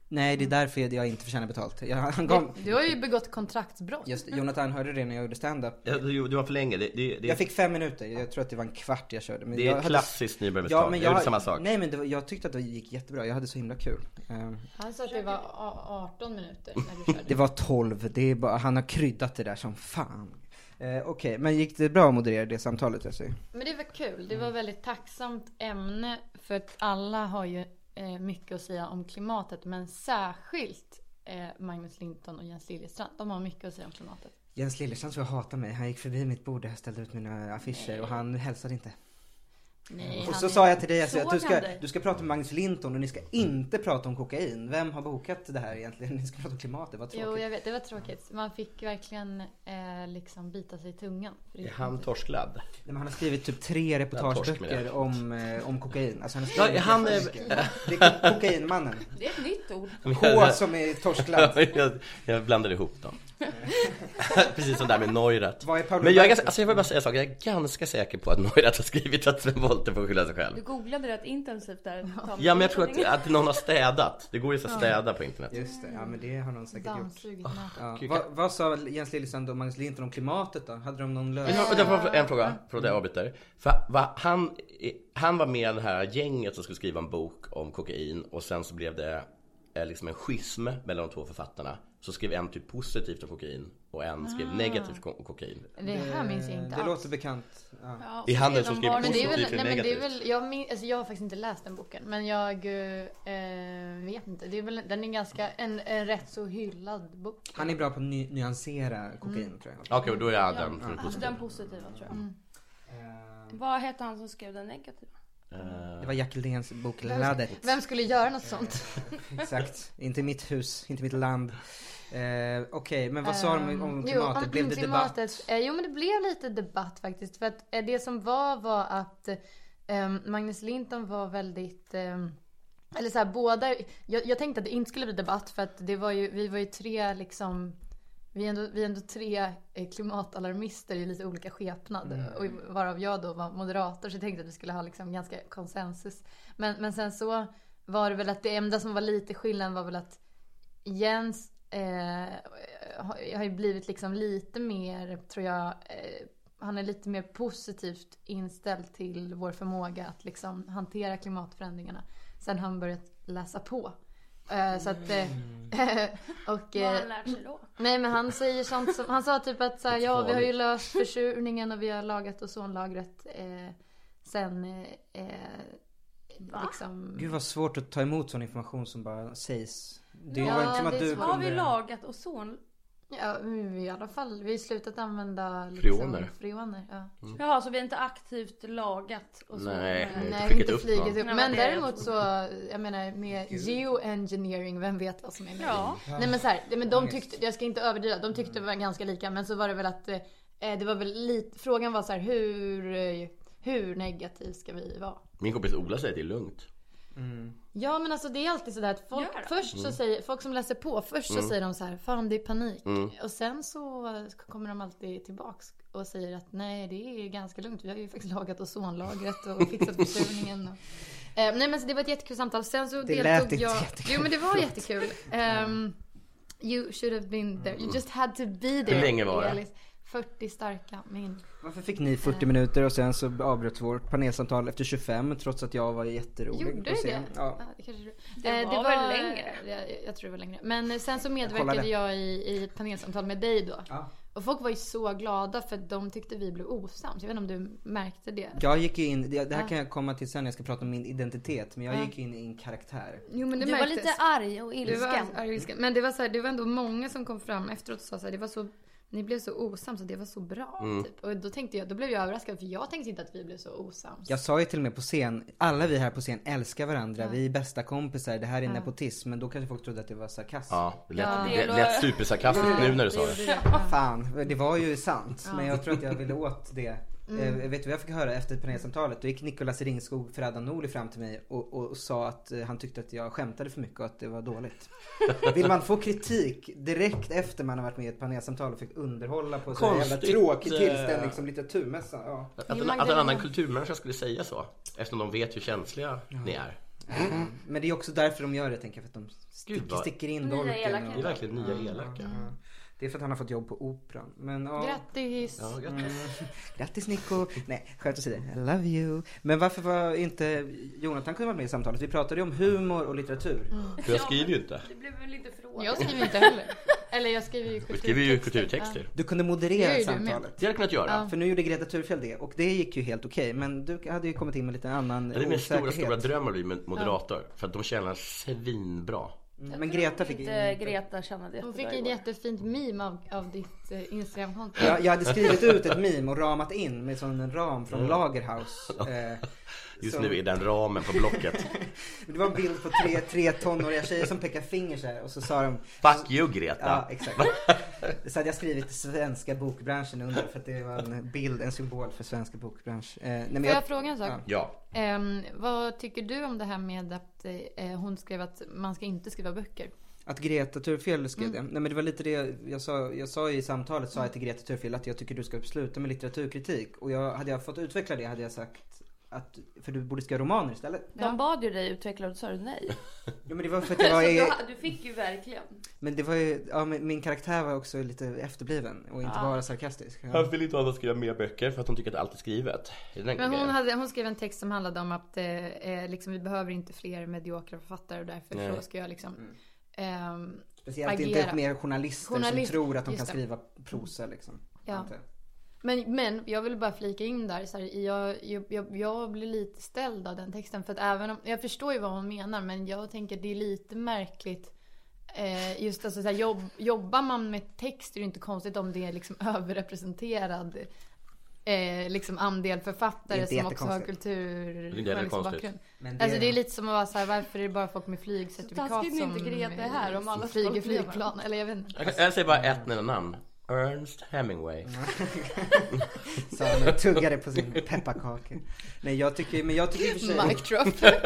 Nej, det mm. är därför jag inte förtjänar betalt. Jag, han gav, Du har ju begått kontraktsbrott. just, Jonathan hörde det när jag gjorde standup. Ja, Du, du var för länge. Det, det, det, Jag fick fem minuter, jag tror att det var en kvart jag körde. Men det jag är hade- ett klassiskt nybörjarmisstag. men jag gjorde samma sak. Nej men det var, jag tyckte att det gick jättebra, jag hade så himla kul. Eh, Han sa att det var a- 18 minuter när [laughs] du körde. Det var 12, det är bara, han har kryddat det där som fan. Eh, Okej, men gick det bra att moderera det samtalet Jessie? Men det var kul. Mm. Det var väldigt tacksamt ämne. För att alla har ju eh, mycket att säga om klimatet. Men särskilt eh, Magnus Linton och Jens Liljestrand. De har mycket att säga om klimatet. Jens Lillerstrand tror jag hatar mig, han gick förbi mitt bord där jag ställde ut mina affischer och han hälsade inte. Nej, Och han så är- sa jag till dig Jessie att Såg du ska, han dig? du ska prata med Magnus Linton och ni ska inte prata om kokain. Vem har bokat det här egentligen? Ni ska prata om klimatet, vad tråkigt. Jo, jag vet. Det var tråkigt. Man fick verkligen eh, liksom bita sig i tungan. För det- Är han torskladd? Nej, men han har skrivit typ tre torsk med det. reportageböcker om, eh, om kokain. Alltså, han har Ja, skrivit han är... Det är [laughs] kokainmannen. Det är ett nytt ord. K som är torskladd. jag, jag blandade [laughs] ihop dem. Precis som det här med Neurath. Vad är Paolo Men jag Roberto? är ganska, alltså jag vill bara säga en sak, jag är ganska säker på att Neurath har skrivit att Sven Wollter får skylla sig själv. Du googlade rätt intensivt där. Ja men jag tror att, att någon har städat. Det går ju så att städa på internet. Just det, ja men det har någon säkert gjort. Ah, Dammsugit nätet. Ja. Vad, vad sa Jens Liljestrand och Magnus Linton om klimatet då? Hade de någon Men lösning? jag- och jag får en fråga, från jag avbryter. För va, han, han var med i det här gänget som skulle skriva en bok om kokain och sen så blev det eh, liksom en schism mellan de två författarna. Så skrev en typ positivt om kokain och en skrev negativt om kokain. Det här minns jag inte Det alls. låter bekant. Ja. Det är han skrev den som de skrev bara- Men det är väl, Positivt eller nej, men det är negativt? väl jag, min, alltså jag har faktiskt inte läst den boken. Men jag eh, vet inte. Det är väl, den är ganska, en, en rätt så hyllad bok. Han är bra på att ny- nyansera kokain Mm. tror jag. Okej, och då är jag den som är Alltså positiv. den positiva tror jag. Vad hette han som skrev den negativa? Det var Jack Lindéns bok Laddet. Vem skulle göra något sånt? Exakt. Inte mitt hus, inte mitt land. Eh, Okej, men vad sa de om Eh, Mm. Jo, klimatet? om Blev det debatt? klimatet, Eh, jo men det blev lite debatt faktiskt. För att eh, det som var var att eh, Magnus Linton var väldigt ehm, eller så här, båda, jag, jag tänkte att det inte skulle bli debatt för att det var ju, vi var ju tre liksom vi är, ändå, vi är ändå tre eh, klimatalarmister i lite olika skepnad. Mm. Och varav jag då var moderator så jag tänkte att vi skulle ha liksom ganska konsensus. Men, men sen så var det väl att det enda som var lite skillnad var väl att Jens eh, har- har ju blivit liksom lite mer, tror jag, eh, han är lite mer positivt inställd till vår förmåga att liksom hantera klimatförändringarna. Sen har han börjat läsa på. Eh, så att, eh, [laughs] och, Vad har eh, han lärt sig då? Nej men han säger sånt som, han sa typ att så här, ja vi har ju löst försurningen och vi har lagat ozonlagret eh, sen eh, eh, liksom. Gud vad svårt att ta emot sån information som bara sägs. Det Ja, var inte som det att är du svårt. Har vi kunde- lagat ozon? Ja men i alla fall, vi har slutat använda liksom, Freoner. freoner ja. Jaha, så vi har inte aktivt lagat ozon? Mm. Nej. Mm. Men- inte Nej skickat inte upp någon. flugit upp. Nej, Men det är- däremot så, jag menar med geoengineering, vem vet vad som är med Ja. Nej men så här, det- men de tyckte, jag ska inte överdriva, de Mm. tyckte det var ganska lika men så var det väl att eh, det var väl lite, frågan var så här hur, eh, hur negativ ska vi vara? Min kompis Ola säger att det är lugnt. Ja men alltså det är alltid sådär att folk, Gör de? först så säger, folk som läser på, först så säger de så här, fan det är panik. Och sen så kommer de alltid tillbaks och säger att nej det är ganska lugnt, vi har ju faktiskt lagat ozonlagret och fixat försurningen. Och... Eh, nej men så det var ett jättekul samtal. Sen så Det lät deltog inte jag... jättekul. Jo men det var jättekul. Ehm, you should have been there, you just had to be there. Hur länge var det? Elis. 40 starka min. Varför fick ni 40 minuter och sen så avbröts vårt panelsamtal efter 25 trots att jag var jätterolig Gjorde på det det? scen? Ja. det, kanske du- Det Eh, var väl längre? Jag, jag tror det var längre. Men eh, sen så kollar medverkade det. jag, i, i panelsamtal med dig då. Ja. Och folk var ju så glada för att de tyckte vi blev osams. Jag vet inte om du märkte det? Jag gick ju in, det det här kan jag komma till sen när jag ska prata om min identitet, men jag gick in i en karaktär. Jo men det Du var märktes. lite arg och Du var ilsken. arg och ilsken. Men det var, så här, det var ändå många som kom fram efteråt och sa så här, det var så ni blev så osams och det var så bra. Typ. Och då tänkte jag, då blev jag överraskad för jag tänkte inte att vi blev så osams. Jag sa ju till och med på scen, alla vi här på scen älskar varandra, vi är bästa kompisar, det här är nepotism, men då kanske folk trodde att det var sarkasm. Ja, det lät, det lät supersarkastiskt nu när du sa det. Fan, det var ju sant. Men jag tror att jag ville åt det. Mm. Eh, vet du vad jag fick höra efter panelsamtalet? Då gick Nicolas Ringskog Ferhad Norli fram till mig och, och, och sa att eh, han tyckte att jag skämtade för mycket och att det var [laughs] dåligt. Vill man få kritik direkt efter man har varit med i ett panelsamtal och fick underhålla på en sån här jävla Konstigt, tråkig eh. tillställning som litteraturmässa? Ja. Att en, att en annan kulturmänniska skulle säga så. Eftersom de vet hur känsliga ni är. Men det är också därför de gör det tänker jag, för att de Mm. Gud, sticker, vad- sticker in Nya dolken. elaka. Ni är och- verkligen nya elaka. Det är för att han har fått jobb på Operan. Men, ja. Grattis! Ja, grattis. [laughs] Grattis Nico! Nej, skämt åsido. I love you. Men varför var inte Jonathan kunde vara med i samtalet? Vi pratade ju om humor och litteratur. För jag skriver ju inte. Det blev väl lite fråga. Jag skriver [laughs] inte heller. Eller jag skriver ju Jag kulturtexter. skriver ju kulturtexter. Du kunde Det gör moderera ju du med. samtalet. Det hade jag kunnat göra. För nu gjorde Greta Thurfjell det och det gick ju helt okej. Men du hade ju kommit in med lite annan Det är min stora, osäkerhet. stora dröm att bli moderator. För att de tjänar svinbra. Mm, Men Greta fick inte in... Greta tjänade Hon jättebra fick ett igår. jättefint meme av, av ditt eh, Instagramkonto. Jag, jag hade skrivit ut ett meme och ramat in med sån en ram från [laughs] Lagerhaus. Eh, Mm. Just som- nu är den ramen på blocket. Det var en bild på tre, tre tonåriga tjejer som pekar finger så här och så sa de Fuck you Ja, Greta! exakt. Så hade jag skrivit svenska bokbranschen under för att det var en bild, en symbol för svenska bokbransch. Eh, nej men Får jag, jag fråga en sak? Ja, Ehm, vad tycker du om det här med att eh, hon skrev att man ska inte skriva böcker? att Greta Thurfjell skrev Mm. det. Nej men det var lite det jag sa, jag sa i samtalet sa jag till Greta Thurfjell att jag tycker du ska sluta med litteraturkritik. Och jag, hade jag fått utveckla det hade jag sagt att, för du borde skriva romaner istället. De bad ju dig utveckla och då sa du [laughs] nej. Ja, men det var för att jag var [laughs] i, du fick ju verkligen. men det var ju, ja, men min karaktär var också lite efterbliven och inte bara sarkastisk. Ja. Han vill inte att man skriver mer böcker för att hon tycker att allt är skrivet. Det är den Men hon, grejen. hade, hon skrev en text som handlade om att eh, eh, liksom, vi behöver inte fler mediokra författare och därför så ska jag liksom Mm. ehm, Speciellt agera. inte mer journalister Journalist, som tror att de kan just det. skriva prosa liksom. Ja. Inte. Men, men jag vill bara flika in där. Så här, jag, jag, jag, jag blir lite ställd av den texten. För att även om, jag förstår ju vad hon menar men jag tänker att det är lite märkligt. Eh, just alltså, så här, jobb, jobbar man med text är det inte konstigt om det är liksom [laughs] överrepresenterad eh, liksom andel Det är författare inte som också har jättekonstigt. kultur Det är journalistisk konstigt. bakgrund. Men Alltså det- det är lite som att vara så här, varför är det bara folk med flygcertifikat taskigt när som inte Greta är här, om alla flyger folk lever. flygplan? Eller jag vet inte. Jag kan- Jag säger bara ett enda namn. Ernst Hemingway. Så han tuggade på sin pepparkaka. Nej jag tycker, men jag tycker i och för sig, Mic drop.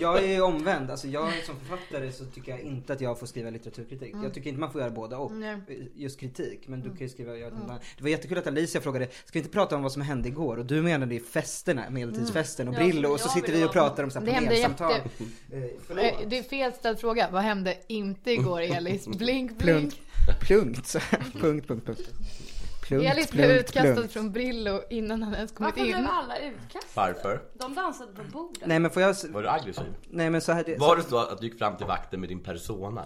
jag är ju omvänd. Alltså jag som författare så tycker jag inte att jag får skriva litteraturkritik. Jag tycker inte man får göra båda och. Mm. Nej. Mm. Just kritik. Men du kan ju skriva, jag vet inte. Det var jättekul att Alicia frågade, ska vi inte prata om vad som hände igår? Och du menade ju Mm. festerna, medeltidsfesten och Brillo. Och så jag sitter vill vi och vara- pratar om så här Det hände panelsamtal. jätte- Eh, Eh, Förlåt. Det är fel ställd fråga. Vad hände inte igår [laughs] Elis? Plunk, Blink blink. plunkt. [laughs] så här. punkt, punkt, punkt. Plunkt, Elis blev utkastad från Brillo innan han ens kommit Varför blev in. alla utkastade? Varför? De dansade på bordet. Nej men får jag, s- Var du aggressiv? nej men så här. det- Var det så att du gick fram till vakten med din persona?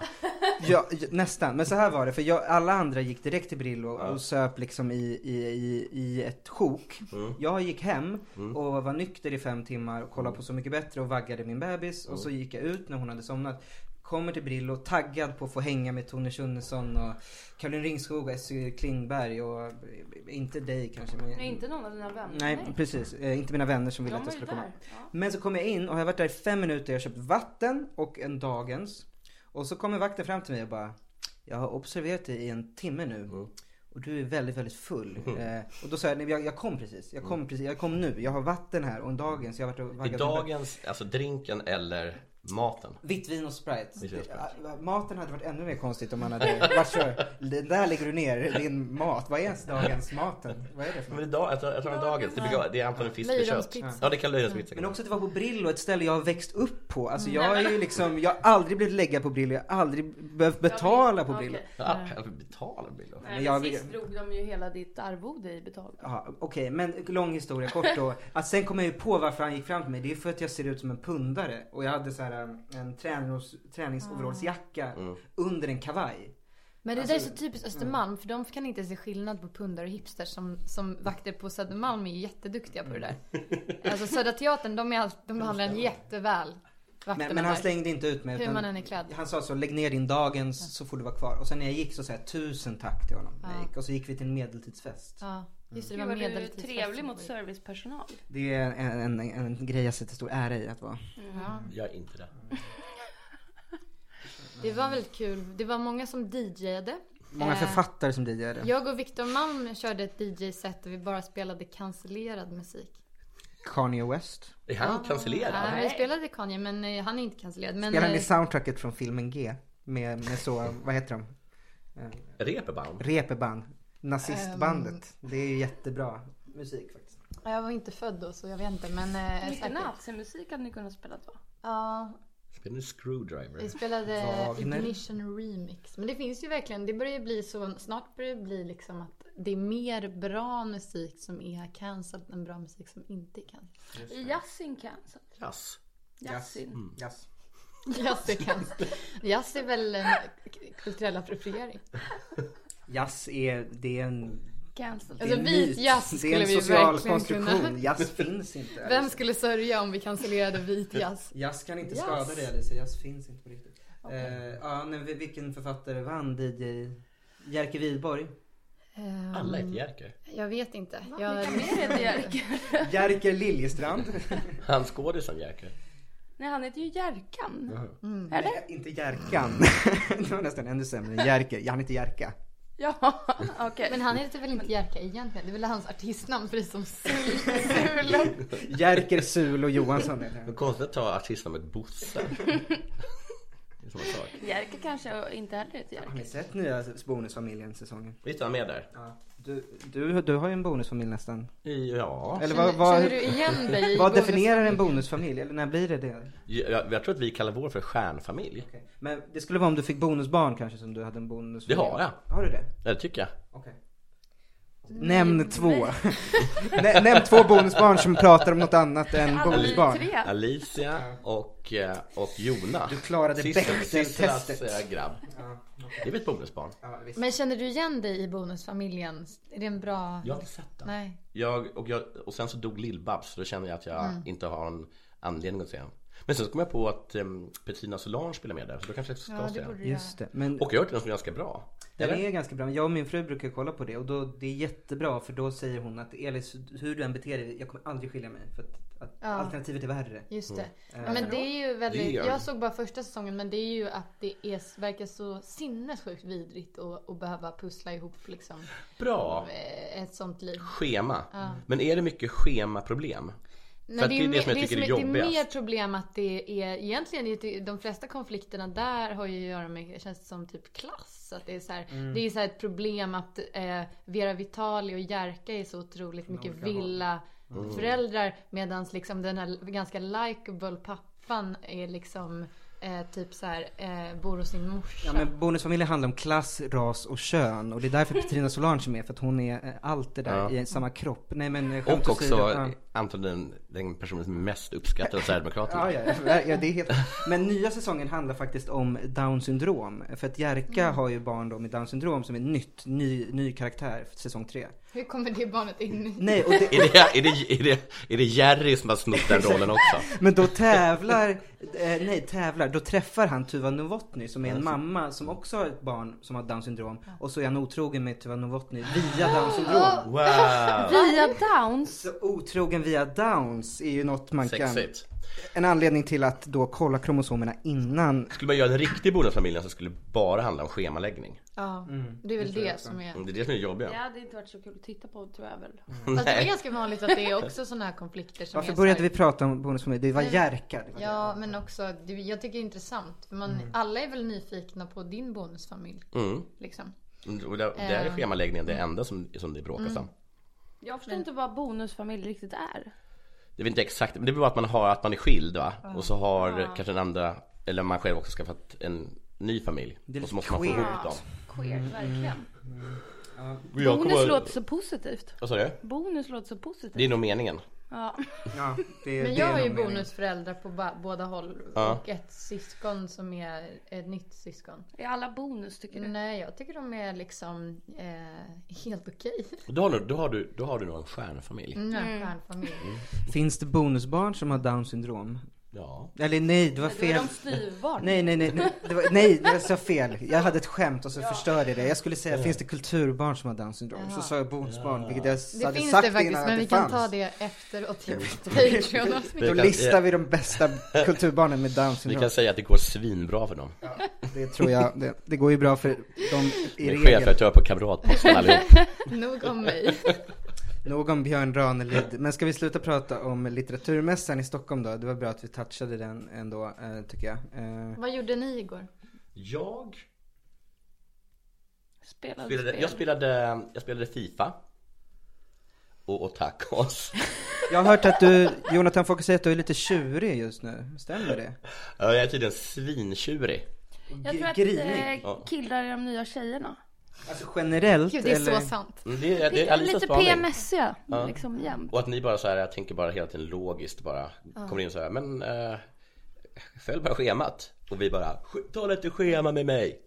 Ja, j- nästan. Men så här var det, för jag, alla andra gick direkt till Brillo och söp liksom i, i, i, i ett sjok. Jag gick hem och var nykter i fem timmar och kollade på Så Mycket Bättre och vaggade min bebis. Och så gick jag ut när hon hade somnat. Kommer till Brillo taggad på att få hänga med Tone Schunnesson och Caroline Ringskog och Essy Klingberg och eh, inte dig kanske. Men... Nej, inte någon av dina vänner. Nej, precis. Eh, inte mina vänner som ville De att var jag ju skulle komma. där, ja. Men så kom jag in och jag har varit där i fem minuter. Jag har köpt vatten och en dagens. Och så kommer vakten fram till mig och bara. Jag har observerat dig i en timme nu. Och du är väldigt, väldigt full. Eh, och då sa jag, nej, jag, jag kom precis. Jag kom precis. Jag kom nu. Jag har vatten här och en dagens. Jag har varit och I vaggat mig. dagens, alltså drinken eller Maten. Vitt vin och Sprite. Vitt vin och Sprite. Det- Maten hade varit ännu mer konstigt om man hade varit så, den där lägger du ner, din mat. Vad är ens dagens maten? Vad är det för Men något? idag, jag tar, jag tar den dagens. Det, brukar, det är antagligen fisk med kött. Löjromspizza. Ja, det kan löjromspizza. Men också att det var på Brillo, ett ställe jag har växt upp på. Alltså jag är ju liksom, jag har aldrig blivit läggad på Brillo, jag har aldrig behövt betala på Brillo. Ja, jag vill betala Brillo. Men Nej, jag men vill- sist drog de ju hela ditt arvode i betalning. Ja, Okej, men lång historia kort då. Att sen kom jag ju på varför han gick fram till mig. Det är för att jag ser ut som en pundare. Och jag hade så här en, en tränings, träningsoverallsjacka under en kavaj. Men det där är Alltså- så typiskt Östermalm för de kan inte se skillnad på pundare och hipsters som, som vakter på Södermalm är ju jätteduktiga på det där. Mm. Alltså Södra Teatern, de, är all, de behandlar en jätteväl. Vakterna Men, men han där. slängde inte ut mig. Hur utan man än är klädd. Han sa så, lägg ner din dagens så får du vara kvar. Och sen när jag gick så sa jag tusen tack till honom. när Jag gick, och så gick vi till en medeltidsfest. Ja, just det, det Gud var vad du är trevlig medeltidsfesten. mot servicepersonal. Det är en, en, en, en grej jag sätter stor ära i att vara. Jag är inte det. Det var väldigt kul. Det var många som DJade. Många Eh, författare som DJade. Jag och Victor Malm körde ett DJ-set där vi bara spelade cancellerad musik. Kanye West. Är han cancellerad? Nej, vi spelade Kanye men eh, han är inte cancellerad. Men, Spelade ni eh, soundtracket från filmen G? Med, med så, vad heter de? Reepebaum? Repeband. Nazistbandet. Ehm. Det är ju jättebra musik faktiskt. jag var inte född då så jag vet inte men eh, Mycket säkert. nazimusik hade ni kunnat spela då. Ja, Spelar ni Screwdriver? vi spelade Wagner. Ignition Remix. Men det finns ju verkligen, det börjar ju bli så, snart börjar det bli liksom att det är mer bra musik som är cancelled än bra musik som inte är [laughs] cancelled. Yasin Cancer. Jazz? Yasin. Yes. Jazz är cancelled. Jazz är väl en kulturell appropriering. Jazz är, det är en... Cancel. det är Alltså en vit myt. jazz Det är skulle en vi social verkligen konstruktion. kunna. Jazz finns inte. Vem skulle sörja om vi cancellerade vit jazz? Jazz kan inte Jazz. skada dig Alicia, jazz finns inte på riktigt. Eh, ja, men vi- vilken författare vann DJ? Jerker Wihlborg. Eh, Alla heter Jerker. Jag vet inte. Jag, Jerker Liljestrand. Han skådisen Jerker. [laughs] Nej han heter ju Jerkan. Mm. Eller? Nej, inte Jerkan. [laughs] det var nästan ännu sämre än Jerker. Jag hann inte Jerka. Ja, [laughs] okej. men han heter väl inte Jerka egentligen? Det är väl hans artistnamn precis som Sul- Sulen. Jerker Sulo Johansson heter Men han. konstigt att ta artistnamnet Bosse. Det är samma sak. Jerka kanske inte heller heter Har Jerka. ni sett nya Bonusfamiljen-säsongen? Visst är han med där? Ja. Du, du, du har ju en bonusfamilj nästan. Ja. Eller vad, Känner vad, du igen dig i vad Bonus- definierar en bonusfamilj? Eller när blir det det? Jag, jag tror att vi kallar vår för stjärnfamilj. Okej. Men det skulle vara om du fick bonusbarn kanske som du hade en bonusfamilj? Det har jag. Har du det? Ja, det tycker jag. Okej. Nämn två. [laughs] Nä- Nämn två bonusbarn som pratar om något annat än bonusbarn. Tre. Alicia och, eh, och Jona. Du klarade Bechdel-testet. eh, grabb. Det är väl ett bonusbarn? Men känner du igen dig i Bonusfamiljen? Är det en bra... Jag har inte sett den. Nej. Jag, och, jag, och sen så dog Lill-Babs så då känner jag att jag Mm. inte har en anledning att se den. Men sen så kom jag på att um, Petrina Solange spelar med där så då kanske jag ska Ja, se det den. borde du göra. Just det. Men Och jag har hört den som är ganska bra. Den Eller? är ganska bra. Jag och min fru brukar kolla på det och då, det är jättebra för då säger hon att Elis, hur du än beter dig, jag kommer aldrig skilja mig. För att, att alternativet är värre. Just det. Eh, Men det är ju väldigt... Det gör- Jag såg bara första säsongen men det är ju att det är, verkar så sinnessjukt vidrigt att, att behöva pussla ihop liksom Bra eh, ett sånt liv. schema. Men är det mycket schemaproblem? För Nej, att det är det som jag mer- tycker är som- Det är mer jobbigast. problem att det är egentligen, är det- de flesta konflikterna där har ju att göra med, känns det som typ klass. Att det är så här, Mm. det är så här ett problem att eh, Vera Vitali och Jerka är så otroligt mycket villa Mm. föräldrar medan liksom den här ganska likeable pappan är liksom eh, typ så här, eh, bor hos sin morsa. Ja, men bonusfamiljer handlar om klass, ras och kön och det är [laughs] därför Petrina Solange är med för att hon är eh, allt det där Ja. i samma kropp. Nej men eh, skämt Och åsido, också ja. antagligen den personen som är mest uppskattad av Sverigedemokraterna. Ja, ja, ja, ja, det är helt... Men nya säsongen handlar faktiskt om down syndrom. För att Jerka Mm. har ju barn då med down syndrom som är nytt, ny, ny karaktär för säsong tre. Hur kommer det barnet in i? Nej, och det, Är det, är, det, är, det, är det Jerry som har snott den rollen också? [laughs] Men då tävlar, eh, nej tävlar, då träffar han Tuva Novotny som är en mamma som också har ett barn som har down syndrom och så är han otrogen med Tuva Novotny via down syndrom. Wow! Via Downs. Så otrogen via downs är ju något man kan... Sexigt. En anledning till att då kolla kromosomerna innan. Skulle man göra en riktig bonusfamiljen så skulle det bara handla om schemaläggning. Ja, Mm. det är väl det, som är... Det är det som är det jobbiga. Det hade inte varit så kul att titta på tror jag väl. Fast det är ganska vanligt att det är också sådana här konflikter som Varför är började så här- vi prata om bonusfamilj? Det var Jerka. Det var det. Mm. Ja, men också, det, jag tycker det är intressant. För man, alla är väl nyfikna på din bonusfamilj. Mm. Liksom. Och där, där är Eh. schemaläggningen det enda som, som det bråkas Mm. om. Jag förstår inte vad bonusfamilj riktigt är. Det är väl inte exakt, men det beror på att man har, att man är skild va? Och så har kanske den andra, eller man själv också skaffat en ny familj. Det är Och lite så måste man få queer. alltså. ihop dem. Queer, verkligen. Och jag Bonus kommer- låter så positivt. Vad sa du? Bonus låter så positivt. Det är nog meningen. Ja. Ja, det, Men det jag är har ju nog meningen. bonusföräldrar på ba- båda håll. Ja. Och ett syskon som är ett nytt syskon. Är alla bonus tycker du? Nej, jag tycker de är liksom eh, helt okej. Och Då har, du, då, har du, då har du nog en stjärnfamilj. Mm. Stjärnfamilj. Finns det bonusbarn som har down syndrom? Ja. Eller nej, det var fel. Styvbarn. Nej, nej, nej, nej, det var, nej, jag sa fel. Jag hade ett skämt och så förstörde jag det. Jag skulle säga, finns det kulturbarn som har Downs syndrom? Så sa jag bonusbarn, vilket jag Det hade finns sagt det faktiskt, innan men att vi det kan fanns. ta det efteråt i Patreon-avsnittet. Då kan- listar vi de bästa kulturbarnen med Downs Vi syndrom. kan säga att det går svinbra för dem. Det tror jag, det, det går ju bra för dem i Med regel. chefredaktör på [laughs] Kamratposten allihop. [laughs] Nog [laughs] om mig. Någon Björn Ranelid. Men ska vi sluta prata om litteraturmässan i Stockholm då? Det var bra att vi touchade den ändå, eh, tycker jag. Eh, Vad gjorde ni igår? Jag Spelade spelade, spel. jag spelade, jag spelade Fifa. Och, och tacos. jag har hört att du, Jonathan Fock säger att du är lite tjurig just nu. Stämmer det? Ja, Jag är tydligen svintjurig. Jag tror att grinig. eh, killar är de nya tjejerna. Alltså generellt Gud, det är eller? så sant. Mm, Det, är- det är Alisas Lite spaning. PMS-iga liksom jämt. Och att ni bara så här, jag tänker bara hela tiden logiskt bara kommer in så här, men eh, följ bara schemat. Och vi bara, "Sch- tala inte schema med mig.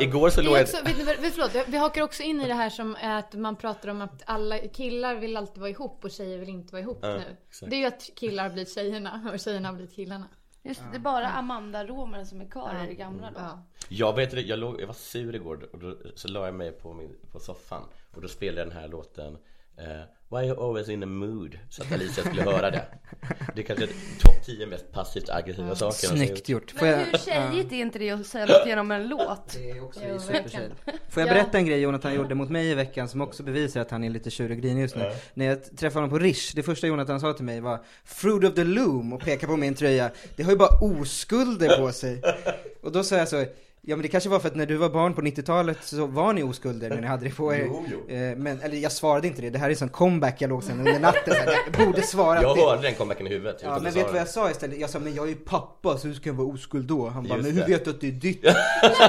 Igår så Det låg är jag... också, vet ni, vad- vet- förlåt, vi hakar också in i det här som är att man pratar om att alla killar vill alltid vara ihop och tjejer vill inte vara ihop nu. exakt. Det är ju att killar har blivit tjejerna och tjejerna har blivit killarna. Just det, det är bara Amanda Romare som är kvar i det gamla då. Ja. Jag vet inte, jag, låg, jag var sur igår och då, så la jag mig på, min, på soffan och då spelade jag den här låten eh, Why you always in a mood? Så att Alicia skulle höra det. Det är kanske topp 10 mest passivt aggressiva saker. Snyggt gjort. Får Men jag, hur tjejigt är inte det att säga något genom en låt? Det är också Jo, i supertjej. verkligen. Får jag Ja. berätta en grej Jonathan gjorde mot mig i veckan som också bevisar att han är lite tjurig och grinig just nu. När jag träffade honom på Rish, det första Jonathan sa till mig var Fruit of the Loom och pekade på min tröja. Det har ju bara oskulder på sig. Och då sa jag så Ja men det kanske var för att när du var barn på 90-talet så var ni oskulder när ni hade det på er. Jo, jo. Eh, Men, eller jag svarade inte det, det här är en sån comeback jag låg sen under natten. Så här, jag borde svara Jag det. hörde den comebacken i huvudet. Ja, utan men du vet sa du vad det. jag sa istället? Jag sa, men jag är ju pappa så hur ska jag vara oskuld då? Han bara, Just men hur det. vet du att det är ditt? [laughs]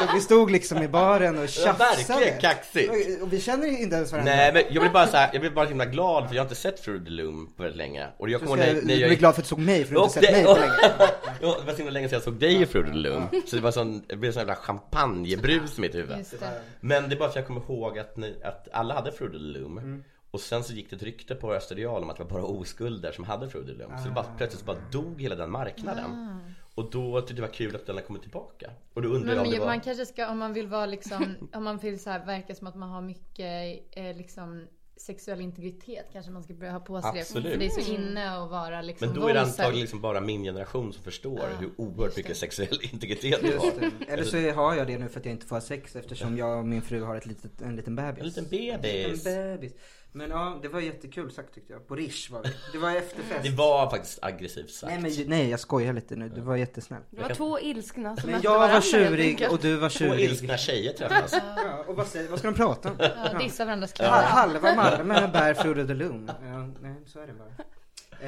så vi stod liksom i baren och Ja, tjafsade. verkligen kaxigt. Och- Och vi känner ju inte ens varandra. Nej men jag blev bara så här, jag blev bara så himla glad för jag har inte sett Fruit of the Loom på väldigt länge. Och jag Du kommer ska, när, när du jag blir glad för att du såg mig, för du har inte sett mig på och, länge. [laughs] Ja, det var så himla länge sedan jag såg dig i Fruit of the Loom. Så det var sån, det blev sån jävla champagnebrus i mitt huvud. Just det. Men det är bara för att jag kommer ihåg att, ni, att alla hade Fruit of the Loom. Mm. Och sen så gick det ett rykte på Österreal om att det var bara oskulder som hade Fruit of the Loom. Så det bara, Ah. plötsligt så bara dog hela den marknaden. Och då tyckte jag det var kul att den hade kommit tillbaka. Och då undrar Men, jag om det men var... man kanske ska, om man vill vara liksom, om man vill så här, verka som att man har mycket eh, liksom sexuell integritet kanske man ska börja ha på sig det. Absolut. För det är så inne att vara liksom Men då är det våldsam. antagligen liksom bara min generation som förstår hur oerhört mycket sexuell integritet vi har. Just det. Eller så har jag det nu för att jag inte får ha sex eftersom jag och min fru har ett litet, en liten bebis. En liten En bebis. bebis. Men ja, det var jättekul sagt tyckte jag. På Rish var vi. Det var efterfest. Det var faktiskt aggressivt sagt. Nej, men, ju- nej, jag skojar lite nu. Du var jättesnäll. Det var två ilskna som Men mötte jag varandra, var helt tjurig enkelt. och du var Två tjurig. ilskna tjejer träffas. Ja, och vad, säger, vad ska de prata om? Ja. Ja, dissa varandras Hal- kläder. Halva Malmö bär Fruit of the Loom. Ja, nej, så är det bara.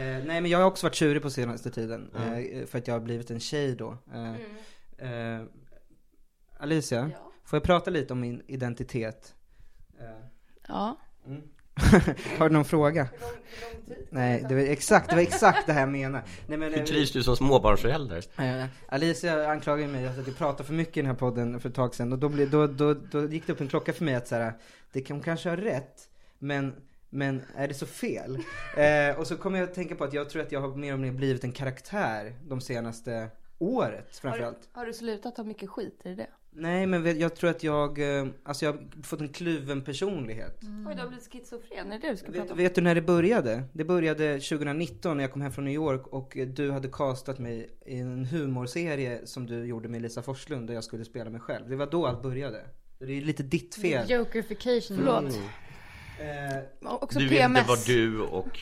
Eh, nej men jag har också varit tjurig på senaste tiden. Eh, för att jag har blivit en tjej då. Eh, eh, Alicia, Ja. får jag prata lite om min identitet? Eh. Ja. [laughs] har du någon fråga? Nej, det var exakt, det var exakt det här jag menade. Nej, men, eh, Hur trivs du som småbarnsförälder? Eh, Alicia anklagade mig att jag pratar för mycket i den här podden för ett tag sedan och då, blev, då, då, då gick det upp en klocka för mig att så här, det kan hon kanske har rätt, men, men är det så fel? Eh, och så kom jag att tänka på att jag tror att jag har mer och mer blivit en karaktär de senaste året Har, framförallt. har du slutat ha mycket skit? Är det det? Nej men vet- jag tror att jag, eh, alltså jag har fått en kluven personlighet. Oj, du har blivit schizofren. Är det det du ska prata Vet, om? vet du när det började? Det började 2019 när jag kom hem från New York och eh, du hade castat mig i en humorserie som du gjorde med Lisa Forslund där jag skulle spela mig själv. Det var då allt började. Det är ju lite ditt fel. Jokerification. Förlåt. Eh, Och Också Mm. Du vet inte PMS. vad du och,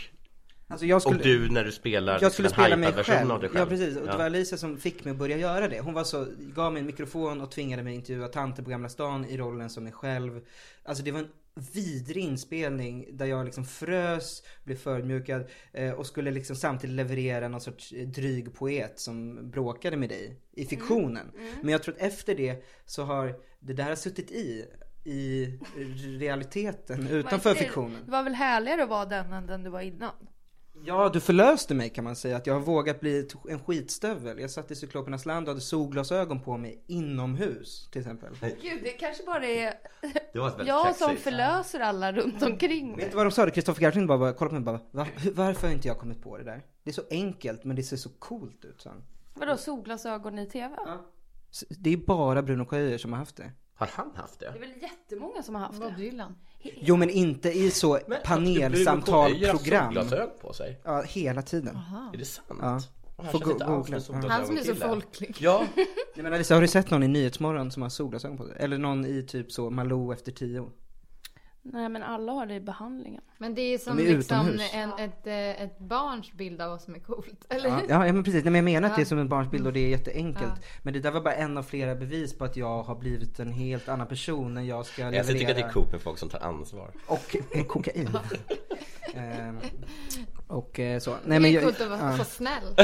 alltså jag och skulle... du när du spelar liksom Jag skulle den spela mig hypade versionen själv. av dig själv. Ja precis, och det Ja. var Lisa som fick mig att börja göra det. Hon var så, gav mig en mikrofon och tvingade mig att intervjua tanter på Gamla stan i rollen som mig själv. Alltså det var en vidrig inspelning där jag liksom frös, blev förödmjukad eh, och skulle liksom samtidigt leverera någon sorts eh, dryg poet som bråkade med dig i fiktionen. Men jag tror att efter det så har det där har suttit i, i realiteten utanför Men det- fiktionen. Det var väl härligare att vara den än den du var innan? Ja, du förlöste mig kan man säga. Att jag har vågat bli ett- en skitstövel. Jag satt i Cyklopernas land och hade solglasögon på mig inomhus till exempel. Gud, det kanske bara är Det var ett väldigt jag kaxigt. som förlöser alla runt omkring mig. Vet du vad de sa? Kristoffer Garplind bara, bara kollade på mig och bara, Va? Hur- varför har inte jag kommit på det där? Det är så enkelt men det ser så coolt ut sen. Vadå, solglasögon i TV? Så Det är bara Bruno Coelho som har haft det. Har han haft det? Det är väl jättemånga som har haft Bob det? Dylan. Jo men inte i så panelsamtalprogram. Solglasögon på sig. Ja, hela tiden. Är det sant? Ja. Och Han Får känns inte go- alls som googla. en solglasögon Han som är så kille. folklig. Ja, Nej, men Alice, har du sett någon i Nyhetsmorgon som har solglasögon på sig? Eller någon i typ så Malou efter tio? Nej, men alla har det i behandlingen. Men det är som De är liksom utomhus. en, ett, eh, ett barns bild av vad som är coolt. [laughs] Eller Ja, hur? Mm. ja ja, men precis. Nej, men jag menar att det är som en barnsbild och det är jätteenkelt. Men det där var bara en av flera bevis på att jag har blivit en helt annan person när jag ska leverera. jag tycker att det är coolt med folk som tar ansvar. Och eh, kokain. [laughs] Ehm, och eh, så. Det Nej men är jag, coolt att vara så snäll.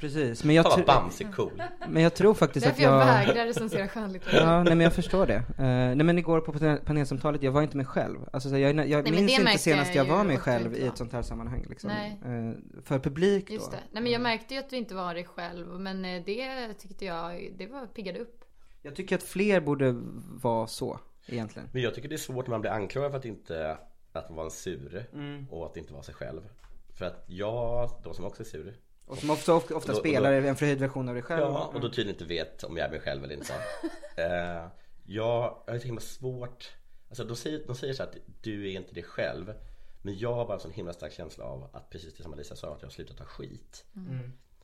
precis. Men jag, Fan vad tr- Bamse är cool. men jag tror faktiskt att Därför jag jag... vägrar recensera skönlitteratur. Ja, nej men jag förstår det. Eh, nej men igår på panel- panelsamtalet, jag var inte mig själv. Alltså, så jag jag men det minns inte märkte senast jag jag var ju mig att du själv inte i var. ett sånt här sammanhang. Liksom. Nej. Eh, för publik då. Just det. Nej men jag märkte ju att du inte var dig själv. Men eh, det tyckte jag, det var piggade upp. Jag tycker att fler borde vara så egentligen. Men jag tycker det är svårt när man blir anklagad för att inte att vara en sur och att inte vara sig själv. För att jag, de som också är sur, Och som ofta, ofta då- spelar en förhöjd version av dig själv. ja, och då tydligen inte vet om jag är mig själv eller inte. eh, jag jag är så himla svårt, alltså de säger, de säger så här att du är inte dig själv. Men jag har bara en sån himla stark känsla av att precis det som Alisa sa, att jag har slutat ta skit.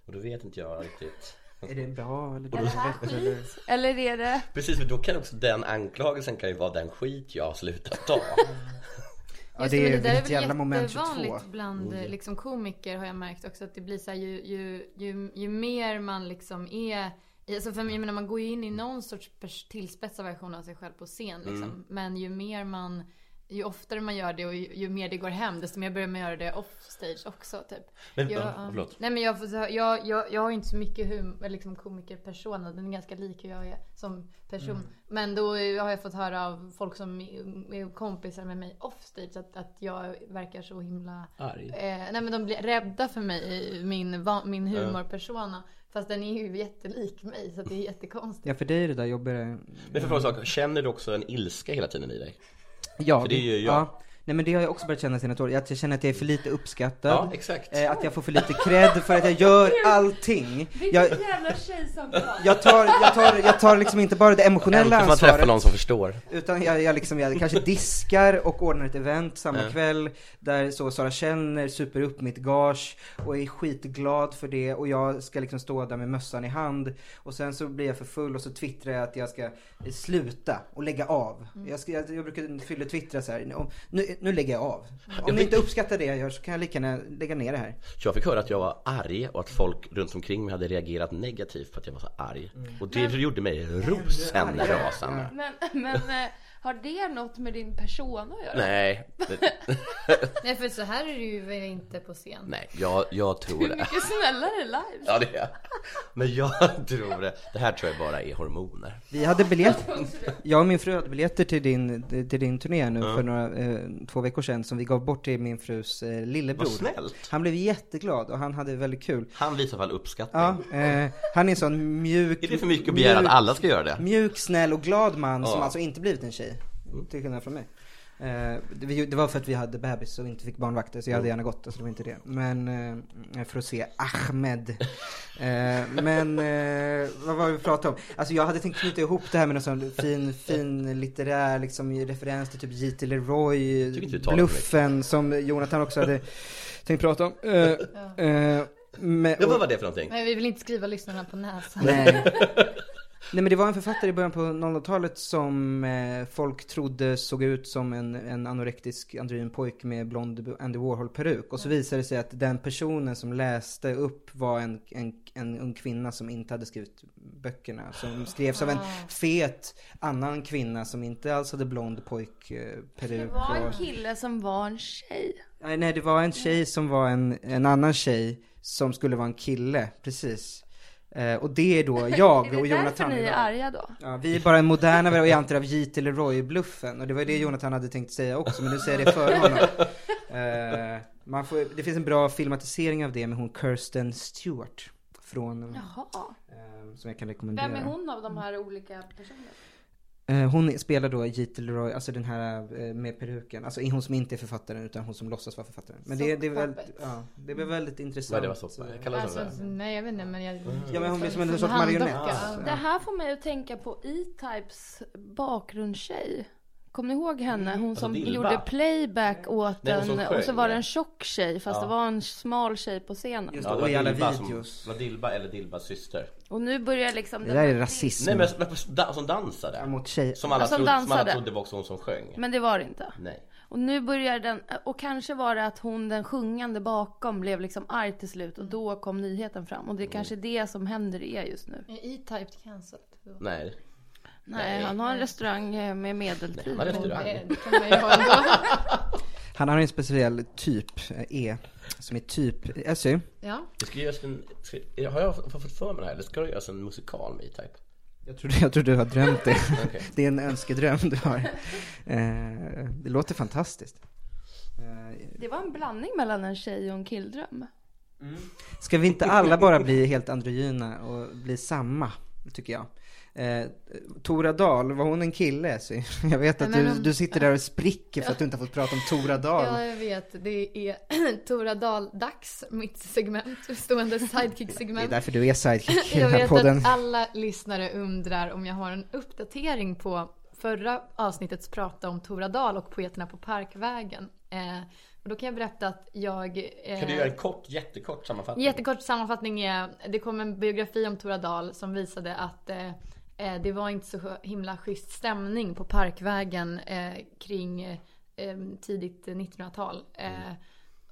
Och då vet inte jag riktigt. Är det bra eller Är det här dåligt? Eller- skit? Eller är det... Precis, för då kan också den anklagelsen kan ju vara den skit jag har slutat ta. Ja, Just men det är där väl ett jävla moment 22. jättevanligt bland Oh, eh, liksom, komiker har jag märkt också att det blir så här, ju, ju, ju, ju mer man liksom är i- Alltså för jag menar man går ju in i någon sorts pers- tillspetsad version av sig själv på scen liksom. Mm. Men ju mer man Ju oftare man gör det och ju, ju mer det går hem desto mer börjar man göra det offstage också typ. Men, jag, ja, förlåt. Nej men jag, får säga- jag, jag, jag har ju inte så mycket hum, liksom komikerpersona. Den är ganska lik hur jag är som person. Mm. Men då har jag fått höra av folk som är är kompisar med mig offstage att, att jag verkar så himla... Arg. Eh, nej men de blir rädda för mig, i min, va- min humorpersona. Fast den är ju jättelik mig så att det är jättekonstigt. Ja, för dig är det där jobbigare. Men för fråga en sak, känner du också en ilska hela tiden i dig? Ja, För det gör jag. Ja. Nej men det har jag också börjat känna senare år. Att jag känner att jag är för lite uppskattad. Ja, exakt. Eh, att jag får för lite cred för att jag gör allting. Jag, jävla tjejsamtal! jag, tar, jag, tar, jag tar liksom inte bara det emotionella Äntligen får man träffa ansvaret. någon som förstår. Utan jag, jag, liksom, jag kanske diskar och ordnar ett event samma kväll där så Sara känner super upp mitt gage och är skitglad för det och jag ska liksom stå där med mössan i hand och sen så blir jag för full och så twittrar jag att jag ska eh, sluta och lägga av. Jag, ska, jag, jag brukar fylla twittra så här. "Om- Nu, nu lägger jag av. Om ni inte uppskattar det jag gör så kan jag lika gärna lägga ner det här. Jag fick höra att jag var arg och att folk runt omkring mig hade reagerat negativt på att jag var så arg. Och det gjorde mig rosenrasande. Men, men eh, har det något med din persona att göra? Nej, [laughs] Nej för så här är det ju väl inte på scen. nej, jag, jag tror det. Mycket snällare live! Ja, det är jag. Men jag tror det. Det här tror jag bara är hormoner. Vi hade biljett, jag och min fru hade biljetter till din, till din turné nu för några, eh, två veckor sedan som vi gav bort till min frus eh, lillebror. Vad snällt. Han blev jätteglad och han hade väldigt kul. Han visar i alla fall uppskattning. Ja, eh, han är en sån mjuk, Är det för mycket att begära att mjuk, alla ska göra det? mjuk, snäll och glad man som Ja. Mm. alltså inte blivit en tjej. Till skillnad från mig. Eh, det, vi- det var för att vi hade bebis och inte fick barnvakter så jag hade Mm. gärna gått alltså det var inte det. Men eh, för att se Ahmed. Eh, men eh, vad var det vi pratade om? Alltså jag hade tänkt knyta ihop det här med någon sån fin, fin litterär liksom i referens till typ J.T. Leroy, Tycker inte du talar för mycket. bluffen som Jonathan också hade tänkt prata om. Eh, eh, men- Ja, vad var det för någonting? Men vi vill inte skriva lyssnarna på näsan. Nej. Nej men det var en författare i början på 00-talet som eh, folk trodde såg ut som en, en anorektisk androgyn pojk med blond Andy Warhol-peruk. Och Mm. så visade det sig att den personen som läste upp var en, en, en ung kvinna som inte hade skrivit böckerna. Som skrevs av en Ah. fet annan kvinna som inte alls hade blond Det pojk-peruk. var en kille som var en tjej. Nej, nej, det var en tjej som var en, en annan tjej som skulle vara en kille, precis. Eh, och det är då är jag det och därför Jonathan ni är idag. arga då? Ja, vi är bara en moderna varianter av J.T. Leroy-bluffen och det var det Jonathan hade tänkt säga också men nu säger jag det för honom. Eh, man får, det finns en bra filmatisering av det med hon Kirsten Stewart från, Jaha. eh, som jag kan rekommendera. Vem är hon av de här olika personerna? Eh, Hon spelar då J.T. Leroy, alltså den här eh, med peruken. Alltså hon som inte är författaren utan hon som låtsas vara författaren. Men det, det, är väl, Sockpuppet. ja, det var väldigt intressant. Vad det var soppa? Kallas det Alltså, nej jag vet inte men jag... Ja men hon blir som en sorts handdocka. marionett. Ja. Det här får mig att tänka på E-Types bakgrundstjej. Kommer ni ihåg henne? Hon som Dilba. gjorde playback åt Mm. Alltså, Nej, hon som en sjöng. och så var det en tjock tjej fast det var en smal tjej på scenen. Just Ja, det och i alla Dilba videos. Som, var Dilba eller Dilbas syster? Och nu börjar liksom Det den där här- är rasism. Nej men men da- som dansade? Mot Alltså- tjejer. Som alla, Som trodde, som alla dansade. trodde var också hon som sjöng? Men det var det inte. Nej. Och nu börjar den, och kanske var det att hon den sjungande bakom blev liksom arg till slut och då kom nyheten fram. Och det är kanske det som händer er just nu. Är E-Type cancelled? Nej. Nej, han har en restaurang eh, med medeltid. Han har restaurang. Det, det kan man ju ha ändå. Han har en speciell typ, eh, E, som är typ, Essy. Ja. Det ska göras en, ska, har jag fått fått för mig det här? Det ska göras en musikal med typ? E-Type. Jag tror, jag tror du har drömt det. [laughs] Okej. Det är en önskedröm du har. Eh, Det låter fantastiskt. Eh, Det var en blandning mellan en tjej och en killdröm. Ska vi inte alla bara bli helt androgyna och bli samma, tycker jag. Eh, Tora Dahl, var hon en kille? Så [laughs] jag vet att Nej, men du, hon- du sitter där och spricker för att du inte har fått prata om Tora Dahl. Ja, jag vet. Det är [clears throat] Tora Dahl-dags, mitt segment, stående Det är sidekick-segment. därför du är sidekick i [laughs] den Jag här vet podden. att alla lyssnare undrar om jag har en uppdatering på förra avsnittets prata om Tora Dahl och poeterna på Parkvägen. Eh, och då kan jag berätta att jag... eh, Kan du göra en kort, jättekort sammanfattning? Jättekort sammanfattning är, det kom en biografi om Tora Dahl som visade att eh, eh, det var inte så himla schysst stämning på Parkvägen eh, kring eh, eh, tidigt 1900-tal. Mm. Eh,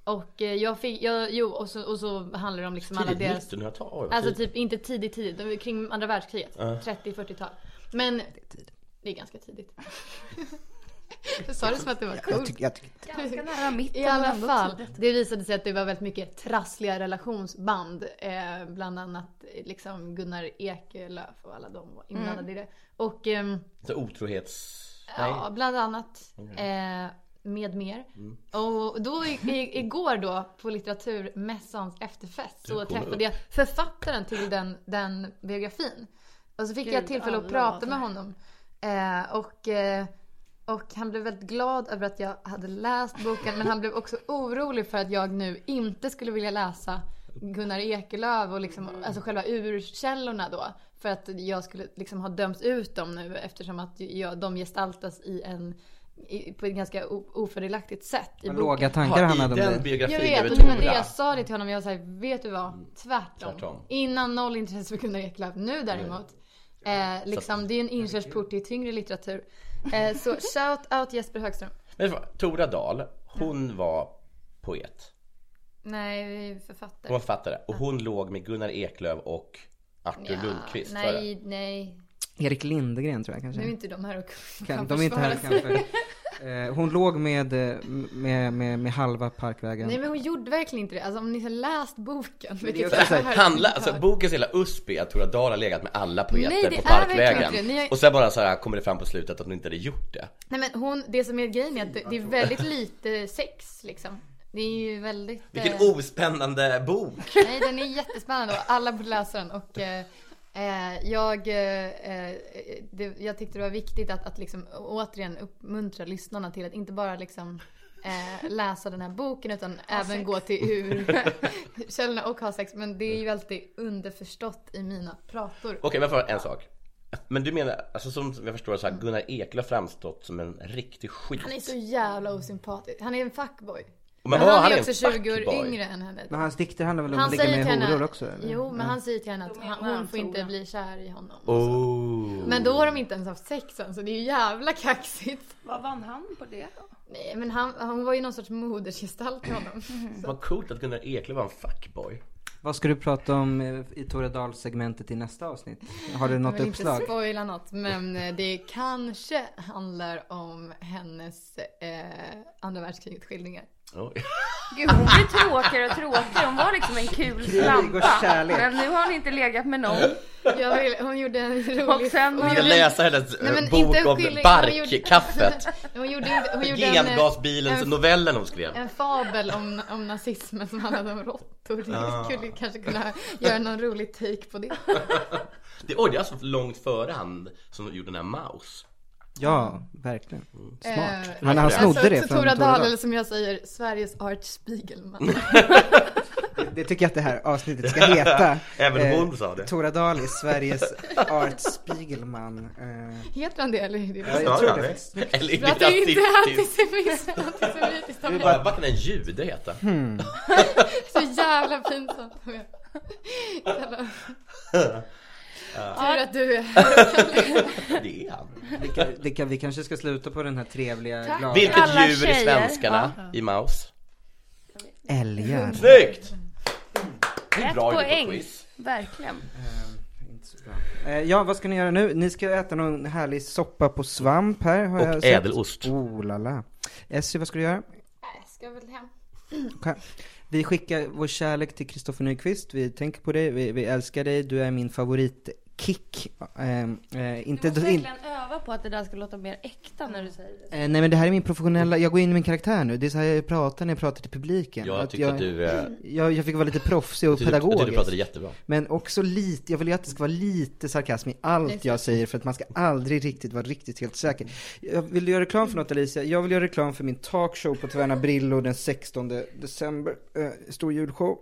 och eh, jag fick, jag, jo och så, och så handlar det om liksom alla Tidigt deras... 1900-tal? Oj, vad Alltså tidigt. typ inte tidigt tidigt, det var kring andra världskriget. 30-40-tal. Men... Det är, ganska tidigt. [laughs] Jag sa det som att det var Jag coolt. tycker, jag tycker, Ganska nära mitten. I alla men ändå fall, tidigt. det visade sig att det var väldigt mycket trassliga relationsband. Eh, bland annat eh, liksom Gunnar Ekelöf och alla de var Mm. inblandade i det. Och ehm, Så otrohets... ja, bland annat eh, med mer. Mm. Och då i, i, igår då på litteraturmässans efterfest så Du kommer träffade upp. jag författaren till den, den biografin. Och så fick Gud, jag tillfälle att alla prata var med honom. Eh, och, eh, och han blev väldigt glad över att jag hade läst boken men han blev också orolig för att jag nu inte skulle vilja läsa Gunnar Ekelöf och liksom, alltså själva urkällorna då. För att jag skulle liksom ha dömts ut dem nu eftersom att jag, de gestaltas i en, i, på ett ganska o- ofördelaktigt sätt i vad boken. låga tankar han Ja, hade I om dig. den biografin Jag vet, över och det var det Tora. jag sa det till honom. Jag sa vet du vad? Tvärtom. Tvärtom. Innan noll intresse för Gunnar Eklöf. Nu däremot. Eh, liksom, det är en inkörsport till tyngre litteratur. Eh, [laughs] så shout out Jesper Högström. Men vad, Tora Dahl, hon var poet. Nej, vi är Hon var författare. författare. Och hon låg med Gunnar Eklöf och Artur Lundqvist. var det? nej, nej. Erik Lindgren tror jag kanske. Nu är inte de här och kan, kan de är inte här försvara sig. kanske. Eh, Hon låg med, eh, med, med, med halva Parkvägen. [laughs] Nej men hon gjorde verkligen inte det. Alltså om ni har läst boken. också Vilket så här, har- Handla, alltså bokens hela USP är att Tora Dahl har legat med alla poeter Nej, det på är verkligen Parkvägen. inte det. Ni har- Och sen bara så här kommer det fram på slutet att hon inte hade gjort det. Nej men hon, det som är grejen är att det, det är väldigt lite sex liksom. Det är ju väldigt... Vilken eh, ospännande bok! Nej, den är jättespännande och alla borde läsa den. Och, eh, Eh, jag, eh, eh, det, jag tyckte det var viktigt att, att liksom återigen uppmuntra lyssnarna till att inte bara liksom eh, läsa den här boken utan även gå till [laughs] urkällorna och ha sex. Men det är ju alltid underförstått i mina prator. Okej, men för en sak. Men du menar, alltså som jag förstår så här, Gunnar Eklöf har framstått som en riktig skit. Han är så jävla osympatisk. Han är en fuckboy. Men Men var han han är en också 20 år fuckboy? yngre än henne. Men hans dikter handlar väl om Han att ligga säger till med horor henne, också? eller? jo men han säger till henne att menar han, hon han, får inte tror jag. bli kär i honom. Oh. Men då har de inte ens haft sex än så det är ju jävla kaxigt. Vad vann han på det? Nej men han, hon var ju någon sorts modersgestalt till honom. Vad coolt att Gunnar Eklöf var en fuckboy. Vad ska du prata om eh, i Tore segmentet i nästa avsnitt? Har du Jag något vill uppslag? inte spoila något men eh, det kanske handlar om hennes eh, andra världskriget skildringar. Oj. Gud, hon blir tråkigare och tråkigare. Hon var liksom en kul och slampa. kärlek. Men nu har hon inte legat med någon. Jag vill, hon gjorde en rolig... Och sen hon Jag gjorde- läser hennes eh, Nej, men bok inte en om skildring, hon gjorde- [laughs] barkkaffet. Hon gjorde, inte- hon gjorde en, eh, Gengasbilens en novellen hon skrev. En fabel om, om nazismen som handlade om råttor. Det skulle vi kanske kunna göra någon rolig take på det. Det, oj, det är alltså långt före han som gjorde den här Maus. Ja, verkligen. Mm. Eh, Men han snodde det alltså, från Tora Tora Dahl, Dahl. eller som jag säger, Sveriges Art [laughs] Spiegelman. Det tycker jag att det här avsnittet ska heta. [laughs] Även hon sa det. Tora Dahl är [laughs] Sveriges Art Spiegelman. Eh, Heter han det eller? Är det jag Sa tror han det det? faktiskt. Eller är Bra att det det inte är rasistiskt? antisemitiskt. antisemitiskt av mig. Vad vad kan en jude heta? Hmm. Så jävla pinsamt. av mig. Jävla- Tur att du är här. Det är han. vi, kan, det kan, vi kanske ska sluta på den här trevliga, glada... Vilket Alla djur är tjejer. svenskarna i Maus? Älgar. Snyggt! Det är Ett bra gjort poäng. på quiz. Verkligen. Eh, inte så bra. Eh, Ja, vad ska ni göra nu? Ni ska äta någon härlig soppa på svamp här har Och jag sett. ädelost. Oh la la. Essie, vad ska du göra? Nej, Ska väl hem. Okej. Vi skickar vår kärlek till Kristoffer Nyqvist. Vi tänker på dig, vi, vi älskar dig, du är min favoritkick. Ehm, eh, Du inte, måste in, verkligen öva på att det där ska låta mer äkta när du säger det. eh, nej men det här är min professionella, jag går in i min karaktär nu. Det är så här jag pratar när jag pratar till publiken. Jag tyckte jag, att du, eh, jag jag, jag fick vara lite proffsig och tyckte jag tyckte du pedagogisk. pratade jättebra. Men också lite, jag vill ju att det ska vara lite sarkasm i allt jag säger för att man ska aldrig riktigt vara riktigt helt säker. Jag vill du göra reklam för något Alicia? Jag vill göra reklam för min talkshow på Tverna Brillo den 16 december. Eh, stor julshow.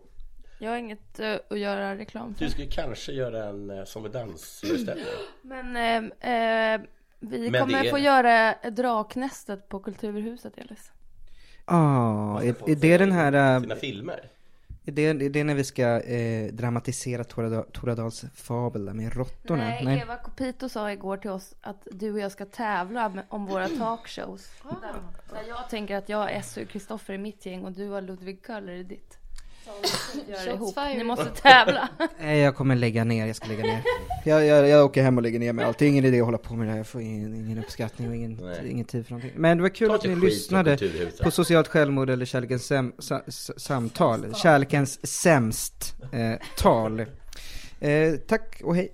Jag har inget eh, att göra reklam för. Du skulle kanske göra en eh, sång och dansföreställning. Men eh, eh, vi Men kommer det är- få göra Draknästet på Kulturhuset Elis. Ah, är, är det den här, eh, Sina filmer. är det, är det när vi ska eh, dramatisera Tora Da- Tora Dahls fabel där med råttorna? Nej, Eva Copito sa igår till oss att du och jag ska tävla med, om våra talkshows. Där, där jag tänker att jag, Essu och Kristoffer är mitt gäng och du har Ludvig Köller i ditt. Som vi gör ihop. fired. Ni [laughs] måste tävla. Nej, jag kommer lägga ner, jag ska lägga [laughs] ner. Jag, jag, jag åker hem och lägger ner mig allt. Det är ingen idé att hålla på med det här. Jag får ingen, ingen uppskattning och ingen, Nej. ingen tid för någonting. Men det var kul Ta att till ni skit om lyssnade Kulturhuset. på socialt självmord eller kärlekens säm, sa, s- samtal. Kärlekens sämst eh, tal. Eh, tack och hej.